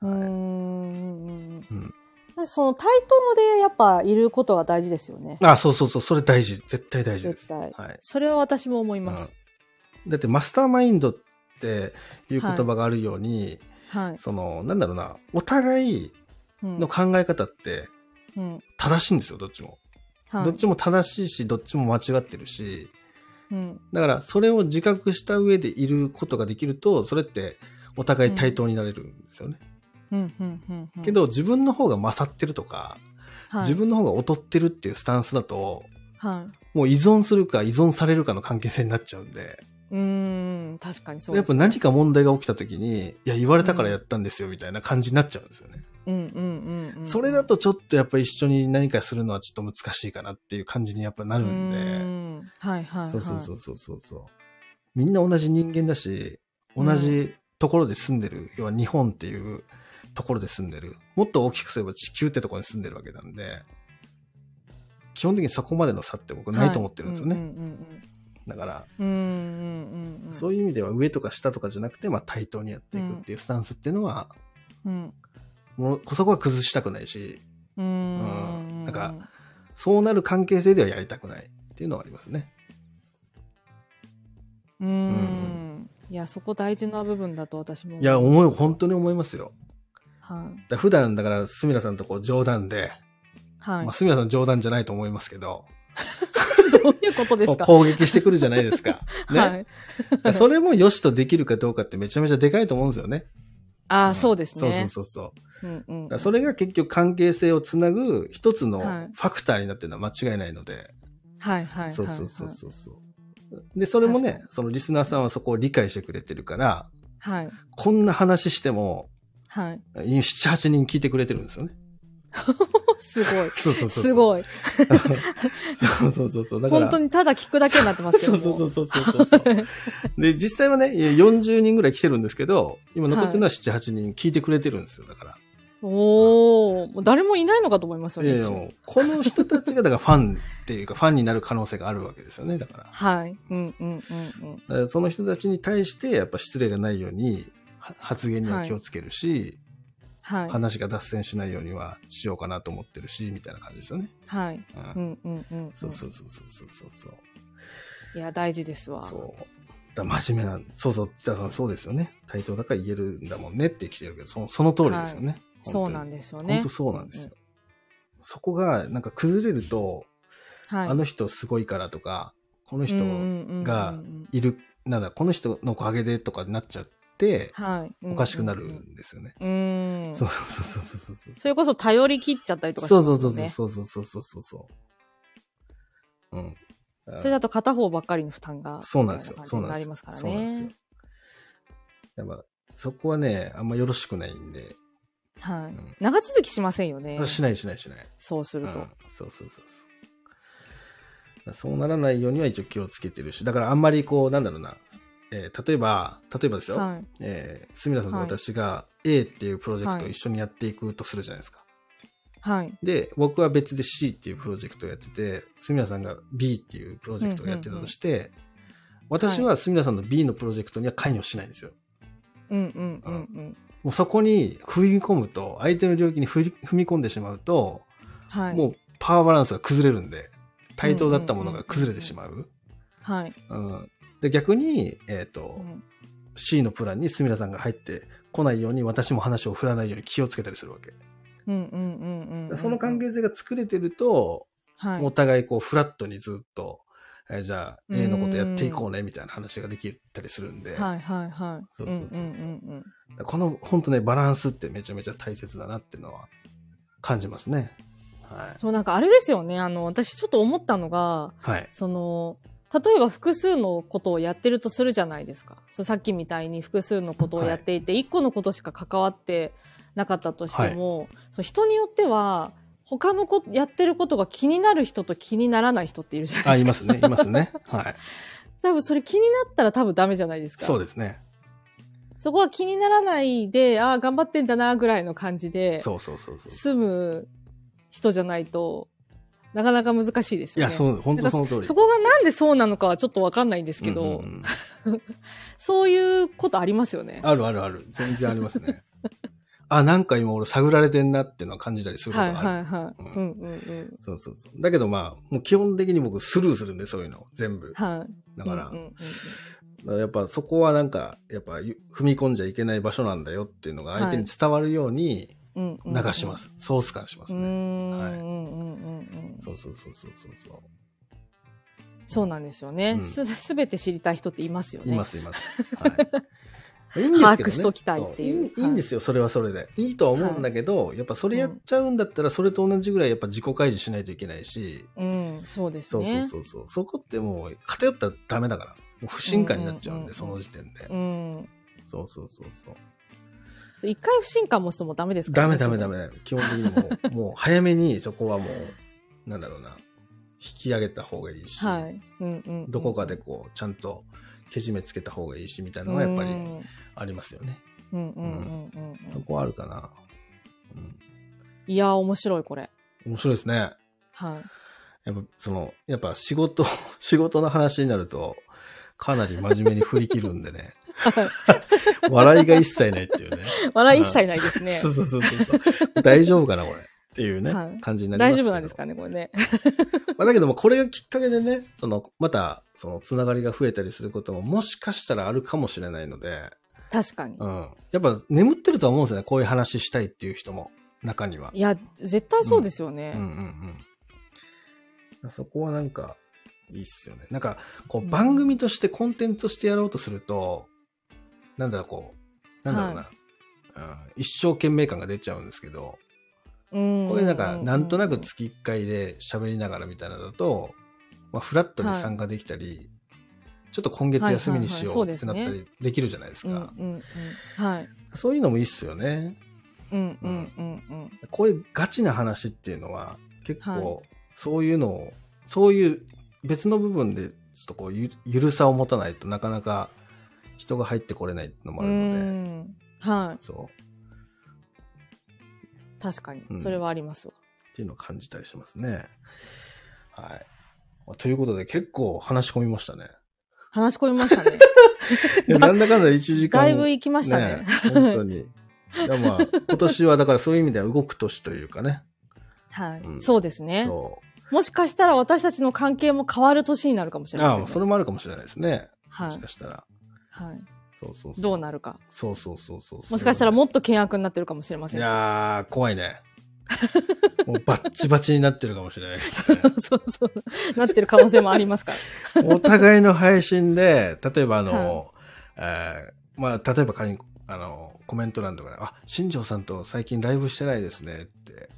Speaker 2: うー
Speaker 1: はいう
Speaker 2: ん
Speaker 1: ん
Speaker 2: その対等でやっぱいることが大事ですよね。
Speaker 1: あ、そうそうそう、それ大事。絶対大事です。
Speaker 2: 絶対
Speaker 1: はい。
Speaker 2: それは私も思います。
Speaker 1: うんだってマスターマインドっていう言葉があるように、
Speaker 2: はい。
Speaker 1: その、なんだろうな、お互い
Speaker 2: うん
Speaker 1: の考え方って
Speaker 2: うん
Speaker 1: 正しいんですよ、どっちも。
Speaker 2: はい
Speaker 1: どっちも正しいし、どっちも間違ってるし、
Speaker 2: うん
Speaker 1: だからそれを自覚した上でいることができると、それってお互い対等になれるんですよね。
Speaker 2: うんうんうんうん
Speaker 1: けど自分の方が勝ってるとか、
Speaker 2: はい
Speaker 1: 自分の方が劣ってるっていうスタンスだと、
Speaker 2: は
Speaker 1: もう依存するか依存されるかの関係性になっちゃうんで、
Speaker 2: い。うーん、確かにそう
Speaker 1: や
Speaker 2: で
Speaker 1: っ
Speaker 2: す
Speaker 1: ぱ
Speaker 2: ね。
Speaker 1: 何か問題が起きた時に、いや、言われたからやったんですよみたいな感じになっちゃうんですよね。
Speaker 2: うんうんうんうん。
Speaker 1: それだとちょっとやっぱ一緒に何かするのはちょっと難しいかなっていう感じにやっぱな
Speaker 2: あ
Speaker 1: るんで、
Speaker 2: はいはいはい。
Speaker 1: そうそうそうそうそうそう。みんな同じ人間だし、同じところで住んでる、要は日本っていうところで住んでる。もっと大きくすれば地球ってところに住んでるわけなんで、基本的にそこまでの差って僕ないと思ってるんですよね。
Speaker 2: はいうん
Speaker 1: だから、
Speaker 2: うんうんうんうんうんうん。
Speaker 1: そう
Speaker 2: い
Speaker 1: いう意味では上とか下とかじゃなくて、まあ対等にやっていくっていうスタンスっていうのは、
Speaker 2: うん。
Speaker 1: もうそこは崩したくないし、
Speaker 2: うーん。
Speaker 1: なんか、そうなる関係性ではやりたくないっていうのはありますね。
Speaker 2: うーん。いや、そこ大事な部分だと私も。
Speaker 1: いや、思い、本当に思いますよ。
Speaker 2: はい。
Speaker 1: だから普段だから、すみらさんとこう冗談で、
Speaker 2: はい
Speaker 1: まあ、。すみらさん冗談じゃないと思いますけど、
Speaker 2: どういうことです
Speaker 1: こう
Speaker 2: か
Speaker 1: 攻撃してくるじゃないです か。ね。
Speaker 2: はい。
Speaker 1: だからそれも良しとできるかどうかってめちゃめちゃでかいと思うんですよね。
Speaker 2: あ
Speaker 1: ん
Speaker 2: あ、そうです
Speaker 1: そうそ
Speaker 2: ね
Speaker 1: う。そうそう。
Speaker 2: うんう
Speaker 1: だ
Speaker 2: ん
Speaker 1: からそれが結局関係性をつなぐ一つのフ
Speaker 2: はい
Speaker 1: ァクターになってるのは間違いないので。
Speaker 2: はいはい。
Speaker 1: そうそうそうそうそう。で、それもね
Speaker 2: 確、
Speaker 1: そのリスナーさんはそこを理解してくれてるから、
Speaker 2: はい。はい。
Speaker 1: こんな話しても、
Speaker 2: はい。
Speaker 1: 7、8人聞いてくれてるんですよね。
Speaker 2: すごい。
Speaker 1: そうそうそうそう。
Speaker 2: すごい。
Speaker 1: そうそうそうそう。だから
Speaker 2: 本当にただ聞くだけになってますけど
Speaker 1: そ
Speaker 2: も。
Speaker 1: うそうそうそうそうそう。で、実際はね、いや40人ぐらい来てるんですけど、今残ってるのは7、8人聞いてくれてるんですよ、だから。
Speaker 2: おーもう誰もいないのかと思いますよ
Speaker 1: いや
Speaker 2: ね。一
Speaker 1: いや
Speaker 2: 瞬
Speaker 1: もうこの人たちが、だからファンっていうか、ファンになる可能性があるわけですよね、だから。
Speaker 2: はい。うんうんうんうん。
Speaker 1: だからその人たちに対して、やっぱ失礼がないように、は発言には気をつけるし、
Speaker 2: はい。
Speaker 1: 話が脱線しないようにはしようかなと思ってるし、みたいな感じですよね。
Speaker 2: はい。
Speaker 1: うん
Speaker 2: うんうんうん。
Speaker 1: そうそうそうそうそうそう。
Speaker 2: いや、大事ですわ。
Speaker 1: そう。だから真面目な、そうそう、北田さんそうですよね。対等だから言えるんだもんねって来てるけど、そのその通りですよね。
Speaker 2: そうなん
Speaker 1: で
Speaker 2: ですよ
Speaker 1: す
Speaker 2: ね
Speaker 1: 本当。そうなんですよ。そこが、なんか崩れると、
Speaker 2: はい。
Speaker 1: あの人すごいからとか、この人
Speaker 2: 人
Speaker 1: がいる、なんだ、この人のおかげでとかになっちゃって、
Speaker 2: はい。
Speaker 1: おかしくなる
Speaker 2: うん
Speaker 1: んですよね。
Speaker 2: うんうん。
Speaker 1: そうそうそうそうそうそう。
Speaker 2: それこそ頼り切っちゃったりとかし
Speaker 1: そ
Speaker 2: ま
Speaker 1: う
Speaker 2: す
Speaker 1: そ
Speaker 2: もんね。
Speaker 1: うそうそうそうそうそうそうそう。うん。
Speaker 2: それだと片方ばっかりの負担が。
Speaker 1: そうなんですよ。
Speaker 2: みた
Speaker 1: そ
Speaker 2: いう感
Speaker 1: なん
Speaker 2: じ
Speaker 1: で
Speaker 2: に
Speaker 1: すよ
Speaker 2: なり。ます
Speaker 1: そ
Speaker 2: か
Speaker 1: う
Speaker 2: ら
Speaker 1: なん
Speaker 2: ね。
Speaker 1: ですよ。やっぱ、そこはね、あんまよろしくないんで。
Speaker 2: は
Speaker 1: うん
Speaker 2: い。長続きしませんよね
Speaker 1: あ。しないしないしない。
Speaker 2: そうする
Speaker 1: う
Speaker 2: と
Speaker 1: ん。そうそうそうそう。そうならないようには一応気をつけてるし、だからあんまりこう、なんだろうな、えー例えば、例えばですよ、
Speaker 2: はい。
Speaker 1: えー、すみらさんと私が A っていうプロジェクトを一緒にやっていくとするじゃないですか。
Speaker 2: はい。
Speaker 1: で、僕は別で C っていうプロジェクトをやってて、すみらさんが B っていうプロジェクトをやってたとして、私はすみらさんの B のプロジェクトには関与しないんですよ。
Speaker 2: うんうんうんうん。
Speaker 1: もうそこに踏み込むと、相手の領域に踏み踏み込んでしまうと、
Speaker 2: はい。
Speaker 1: もうパワーバランスが崩れるんで、対等だったものが崩れてしまう。
Speaker 2: はい。
Speaker 1: うんで、逆に、えっ、と、
Speaker 2: うん
Speaker 1: C のプランにすみらさんが入ってこないように、私も話を振らないように気をつけたりするわけ。
Speaker 2: うんうんうんうん。
Speaker 1: その関係性が作れてると、
Speaker 2: はい。
Speaker 1: お互いこうフラットにずっと、えーじゃあ A のことやっていこうねみたいな話ができたりするんで、
Speaker 2: はいはいはい。
Speaker 1: そうそうそうそうん
Speaker 2: ん
Speaker 1: この本当ね、バランスってめちゃめちゃ大切だなっていうのは感じますね。はい。
Speaker 2: そうなんかあれですよね。あの、私ちょっと思ったのが、
Speaker 1: はい。
Speaker 2: その、例えば複数のことをやってるとするじゃないですか。そうさっきみたいに複数のことをやっていて、一、個のことしか関わってなかったとしても、そう人によっては、他のこやってることが気になる人と気にならない人っているじゃないです
Speaker 1: あ、います
Speaker 2: か。
Speaker 1: ね。いますね。はい。
Speaker 2: 多分それ気になったら多分ダメじゃないですか。
Speaker 1: そうですね。
Speaker 2: そこは気にならないで、ああ、頑張ってんだな、ぐらいの感じで、
Speaker 1: そうそうそうそう。
Speaker 2: 住む人じゃないと、なかなか難しいです
Speaker 1: い
Speaker 2: よね。
Speaker 1: や、そう、本当その通り。
Speaker 2: そこがなんでそうなのかはちょっとわかんないんですけど、
Speaker 1: うんうんうん
Speaker 2: そういうことありますよね。
Speaker 1: あるあるある。全然あります ね。あ、なんか今俺探られてんなっていうのは感じたりすること
Speaker 2: は
Speaker 1: がある。
Speaker 2: いはいはい。
Speaker 1: うん
Speaker 2: うんうんうん。
Speaker 1: そうそうそう。だけどまあ、もう基本的に僕スルーするんで、そういうの。全部。
Speaker 2: はい。
Speaker 1: だから、
Speaker 2: うんうんうん
Speaker 1: だからやっぱそこはなんか、やっぱゆ踏み込んじゃいけない場所なんだよっていうのが相手に伝わるように
Speaker 2: うんうん
Speaker 1: 流しま。す。ソース感します
Speaker 2: うーん
Speaker 1: ね。
Speaker 2: うんうんうんうん
Speaker 1: そうそうそうそうそうそう。
Speaker 2: そうなんですよね
Speaker 1: う。ん
Speaker 2: すすべて知りたい人っていますよね。
Speaker 1: いますいます。 はい。いいんですけどね
Speaker 2: 把握しときたいっていう
Speaker 1: そいいいいんですよ、それはそれで。いいとは思うんだけど、やっぱそれやっちゃうんだったら、それと同じぐらいやっぱ自己開示しないといけないし、
Speaker 2: うん、そうです
Speaker 1: そうそう
Speaker 2: ね。
Speaker 1: そうそう、そこってもう偏ったらダメだから。もう不信感になっちゃうんで、
Speaker 2: うんうんうんうん
Speaker 1: その時点で。
Speaker 2: うん。
Speaker 1: そうそうそうそう。
Speaker 2: そう一回不信感持つともうダメですか
Speaker 1: ダ
Speaker 2: ら
Speaker 1: メ
Speaker 2: ね
Speaker 1: ダメダ。メ。基本的にもう、もう早めにそこはもう、なんだろうな、引き上げた方がいいし、
Speaker 2: はい。うんうんうん。
Speaker 1: どこかでこう、ちゃんとけじめつけた方がいいし、みたいなのはやっぱり
Speaker 2: うん
Speaker 1: ありますよね。
Speaker 2: うんうんうんうんうん。
Speaker 1: そこはあるかな。うん。
Speaker 2: いやー、面白い、これ。
Speaker 1: 面白いですね。
Speaker 2: はい。
Speaker 1: やっぱ、その、やっぱ仕事、 仕事の話になると、かなり真面目に振り切るんで ね。笑いが一切ないっていうね。
Speaker 2: 笑い一切ないですね
Speaker 1: そ。うそうそうそう。大丈夫かな、これ。っていうね、
Speaker 2: はい
Speaker 1: 感じになりますけ
Speaker 2: 大丈
Speaker 1: ど。
Speaker 2: 夫なんですかね、これね。
Speaker 1: まあ、だけども、これがきっかけでね、その、また、その、つながりが増えたりすることも、もしかしたらあるかもしれないので、
Speaker 2: 確かに
Speaker 1: う。ん。やっぱ、眠ってるとは思うんですよね。こういう話したいっていう人も、中には。
Speaker 2: いや、絶対そうですよね。
Speaker 1: うんうんうん。そこはなんか、いいっすよね。なんか、こ
Speaker 2: う
Speaker 1: う、
Speaker 2: ん
Speaker 1: 番組としてコンテンツとしてやろうとすると、なんだろう、こう、なんだろうな、うん一生懸命感が出ちゃうんですけど、
Speaker 2: こ
Speaker 1: こういうなんか、なんとなく月1回で喋りながらみたいなのだと、まあ、フラットに参加できたり、ちょっと今月休みにしよう
Speaker 2: はいはいはい
Speaker 1: ってなった
Speaker 2: そうで
Speaker 1: りできるじゃないですか。
Speaker 2: うんうんうん、はい。
Speaker 1: そういうのもいいっすよね。
Speaker 2: うんうんうん
Speaker 1: こういうガチな話っていうのは結構そういうのを、そういう別の部分でちょっとこうゆゆるさを持たないとなかなか人が入ってこれないってのも
Speaker 2: う
Speaker 1: ある
Speaker 2: ん。
Speaker 1: ので、
Speaker 2: うんはい。
Speaker 1: そう
Speaker 2: 確かに
Speaker 1: う。ん
Speaker 2: それはありますわ。
Speaker 1: っていうのを感じたりしますね。はい。ということで結構話し込みま したね。
Speaker 2: 話し込みましたね。
Speaker 1: いやなんだかんだ1時間。
Speaker 2: だいぶ行きましたね。
Speaker 1: 本当に。いや まあ、今年はだからそういう意味では動く年というかね。
Speaker 2: はい、
Speaker 1: うん
Speaker 2: そうですね。
Speaker 1: そう。
Speaker 2: もしかしたら私たちの関係も変わる年になるかもしれません、
Speaker 1: ああ、それもあるかもしれないですね。
Speaker 2: はい
Speaker 1: もしかしたら。
Speaker 2: はい。
Speaker 1: そうそうそう。
Speaker 2: どうなるか。
Speaker 1: そうそうそうそう。
Speaker 2: もしかしたらもっと険悪になってるかもしれま
Speaker 1: い
Speaker 2: せんし。
Speaker 1: やー、怖いね。 もうバッチバチになってるかもしれないですね。
Speaker 2: そうそう。なってる可能性もあります から。
Speaker 1: お互いの配信で、例えばあの、えーまあ、例えば仮に、あの、コメント欄とかで、あ、新庄さんと最近ライブしてないですねって、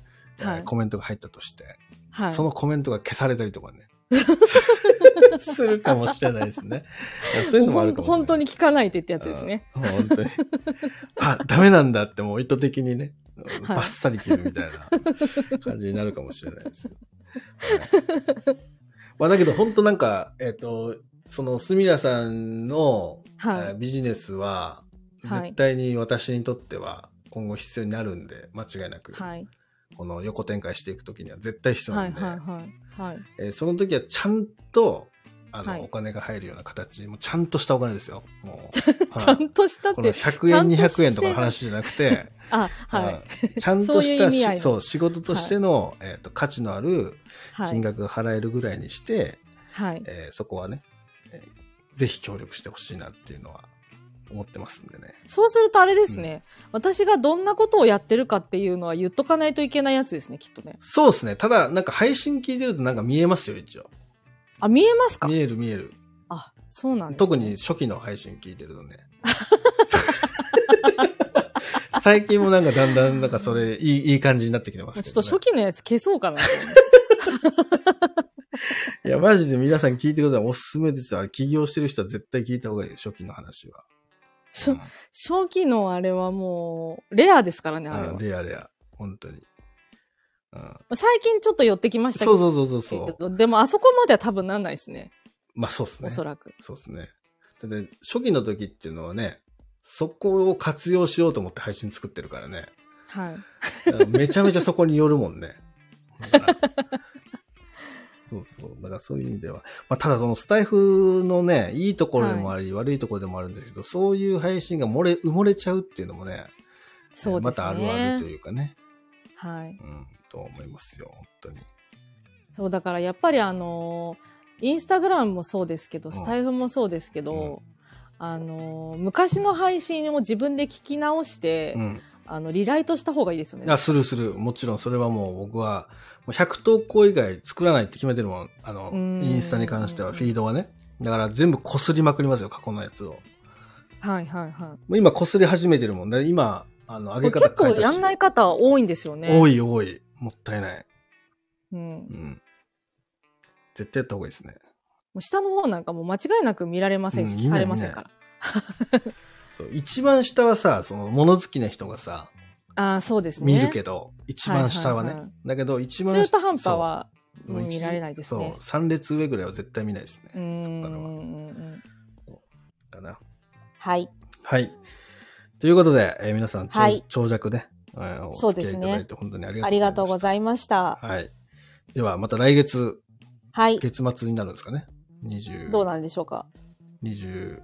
Speaker 1: えー
Speaker 2: はい
Speaker 1: コメントが入ったとして、
Speaker 2: はい。
Speaker 1: そのコメントが消されたりとか ね。 するかもしれないですね。いやそういうのもあ
Speaker 2: ほ
Speaker 1: る
Speaker 2: ん
Speaker 1: かもしれない。
Speaker 2: 本当に聞かないでってやつですね。
Speaker 1: うん。本当に。あ、ダメなんだってもう意図的にね、
Speaker 2: はい
Speaker 1: バッサリ切るみたいな感じになるかもしれないですよ。はいまあだけど本当なんか、えっ、と、そのスミラさんの、
Speaker 2: はい
Speaker 1: えービジネスは、
Speaker 2: はい
Speaker 1: 絶対に私にとっては今後必要になるんで、間違いなく、
Speaker 2: はい。
Speaker 1: この横展開していくときには絶対必要
Speaker 2: は
Speaker 1: ないんで、
Speaker 2: はいはい。はい。
Speaker 1: えーその時はちゃんと、あの、
Speaker 2: はい
Speaker 1: お金が入るような形、もうちゃんとしたお金ですよ。もう。 はい
Speaker 2: ちゃんとしたっ
Speaker 1: この
Speaker 2: て。
Speaker 1: 100円、200円とかの話じゃなくて、
Speaker 2: あ、はい。
Speaker 1: い、ちゃんとした
Speaker 2: そういう意味合い
Speaker 1: し
Speaker 2: の
Speaker 1: そう仕事としての、えっと価値のある
Speaker 2: は
Speaker 1: 金
Speaker 2: い。
Speaker 1: 額が払えるぐらいにして、
Speaker 2: はい。
Speaker 1: えーそこはね、えーぜひ協力してほしいなっていうのは思ってますんでね。
Speaker 2: そうするとあれですね、私がどんなことをやってるかっていうのは言っとかないといけないやつですね、きっとね。
Speaker 1: そうですね。ただ、なんか配信聞いてるとなんか見えますよ、一応。
Speaker 2: あ、見えますか
Speaker 1: 見える見える。
Speaker 2: あ、そうなんです、ね。
Speaker 1: 特に。初期の配信聞いてると ね。最近もなんかだんだんなんかそれいいいい感じになってきてます
Speaker 2: ちょ
Speaker 1: け
Speaker 2: っ
Speaker 1: ど、
Speaker 2: と
Speaker 1: ね。
Speaker 2: 初期のやつ消そうかな。
Speaker 1: いや、マジで皆さん聞いてください。おすすめですよ。あれ起業してる人は絶対聞いた方がいい。初期の話は。
Speaker 2: 初初期のあれはもう、レアですからね、
Speaker 1: うん
Speaker 2: あれは
Speaker 1: うん。レアレア。本当に。うん、
Speaker 2: 最近ちょっと寄ってきましたけ
Speaker 1: そう
Speaker 2: ど。
Speaker 1: そうそうそうそう。
Speaker 2: でも、あそこまでは多分なんないですね。
Speaker 1: まあそうですね
Speaker 2: お。そらく。
Speaker 1: そうですね。だって初期の時っていうのはね、そこを活用しようと思って配信作ってるからね。
Speaker 2: はい。
Speaker 1: だからめちゃめちゃそこによるもんね。 だからそうそう。だからそういう意味では。まあ、ただそのスタイフのね、いいところでもあり、悪いところでもあるんですけど、そういう配信が漏れ、埋もれちゃうっていうのもね、
Speaker 2: そう
Speaker 1: ま
Speaker 2: ですね。
Speaker 1: たあるあるというかね。
Speaker 2: はい。
Speaker 1: うん、と思いますよ、本当に。
Speaker 2: そう、だからやっぱりあのーインスタグラムもそうですけど、
Speaker 1: ん
Speaker 2: スタイフもそうですけど、あのー昔の配信を自分で聞き直して、
Speaker 1: う
Speaker 2: あの、リライトした方がいいですよ
Speaker 1: ん。
Speaker 2: ね
Speaker 1: あ、。するする。もちろん、それはもう僕は、もう100投稿以外作らないって決めてるもん。あの、
Speaker 2: うん
Speaker 1: インスタに関しては、フィードはね。だから全部擦りまくりますよ、過去のやつを。
Speaker 2: はいはいは
Speaker 1: もう今、擦り始めてるもんね。今、あの、
Speaker 2: い。
Speaker 1: 上げ
Speaker 2: 結
Speaker 1: 方
Speaker 2: 構
Speaker 1: 変えたし。
Speaker 2: やんない方多いんですよね。
Speaker 1: 多
Speaker 2: い。
Speaker 1: い多い。もったいない。
Speaker 2: うん。
Speaker 1: う
Speaker 2: も
Speaker 1: ん。絶対やった方がいいですね。
Speaker 2: う下の方なんかもう間違いなく見られませんし、
Speaker 1: うん
Speaker 2: 聞かれませんから。
Speaker 1: そう。一番下はさ、その、物好きな人がさ、
Speaker 2: ああ、そうですね。
Speaker 1: 見るけど、一番下はね。
Speaker 2: はいはいは
Speaker 1: だけど、一番
Speaker 2: 中途半端
Speaker 1: そう
Speaker 2: は、
Speaker 1: も
Speaker 2: う
Speaker 1: うん一
Speaker 2: 見られないですね
Speaker 1: そう、三列上ぐらいは絶対見ないです
Speaker 2: う
Speaker 1: ね。
Speaker 2: ん
Speaker 1: そっ
Speaker 2: う
Speaker 1: から
Speaker 2: ん
Speaker 1: は。
Speaker 2: うん。
Speaker 1: かな。
Speaker 2: はい。
Speaker 1: はい。ということで、えー皆さん、長
Speaker 3: はい
Speaker 1: 長尺ね、えーお
Speaker 3: そう
Speaker 1: 付
Speaker 3: です
Speaker 1: き合いい
Speaker 3: ね
Speaker 1: ただいて本当にありがとうございました。
Speaker 3: ありがとうございました。
Speaker 1: はい。では、また来月、
Speaker 3: はい。
Speaker 1: 月末になるんですかね。20、
Speaker 3: どうなんでしょうか
Speaker 1: 20、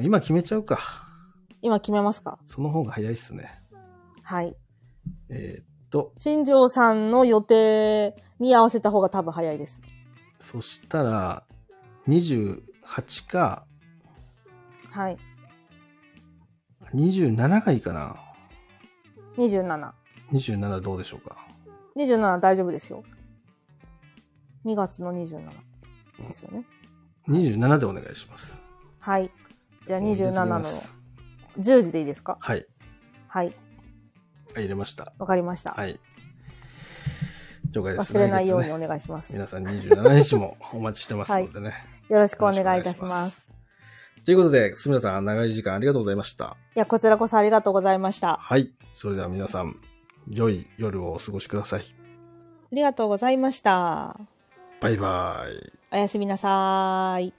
Speaker 1: 今決めちゃうか。
Speaker 3: 今決めますか
Speaker 1: その方が早いっすね。
Speaker 3: はい。
Speaker 1: えーっと、
Speaker 3: 新庄さんの予定に合わせた方が多分早いです。
Speaker 1: そしたら、28か、
Speaker 3: はい。
Speaker 1: 27がいいかな。
Speaker 3: 27。
Speaker 1: 27どうでしょうか。
Speaker 3: 27大丈夫ですよ。2月の27ですよね。
Speaker 1: 27でお願いします。
Speaker 3: はい。じゃあ27の
Speaker 1: お願いします
Speaker 3: 10時でいいですか
Speaker 1: はい。
Speaker 3: はい。
Speaker 1: あ入れました。
Speaker 3: わかりました。
Speaker 1: はい。了解です。
Speaker 3: 忘れないよう
Speaker 1: 来
Speaker 3: に
Speaker 1: 月ね
Speaker 3: お願いします。よ
Speaker 1: 皆さん27日もお待ちしてますのでね。
Speaker 3: ろしくお願いいたし
Speaker 1: よろしくお願
Speaker 3: ま。
Speaker 1: いしますということで、すみさん、長い時間ありがとうございました。
Speaker 3: いや、こちらこそありがとうございました。あ
Speaker 1: はい。それでは皆さん、良い夜をお過ごしください。
Speaker 3: りがとうございました。
Speaker 1: バイバイ。
Speaker 3: おやすみなさーい。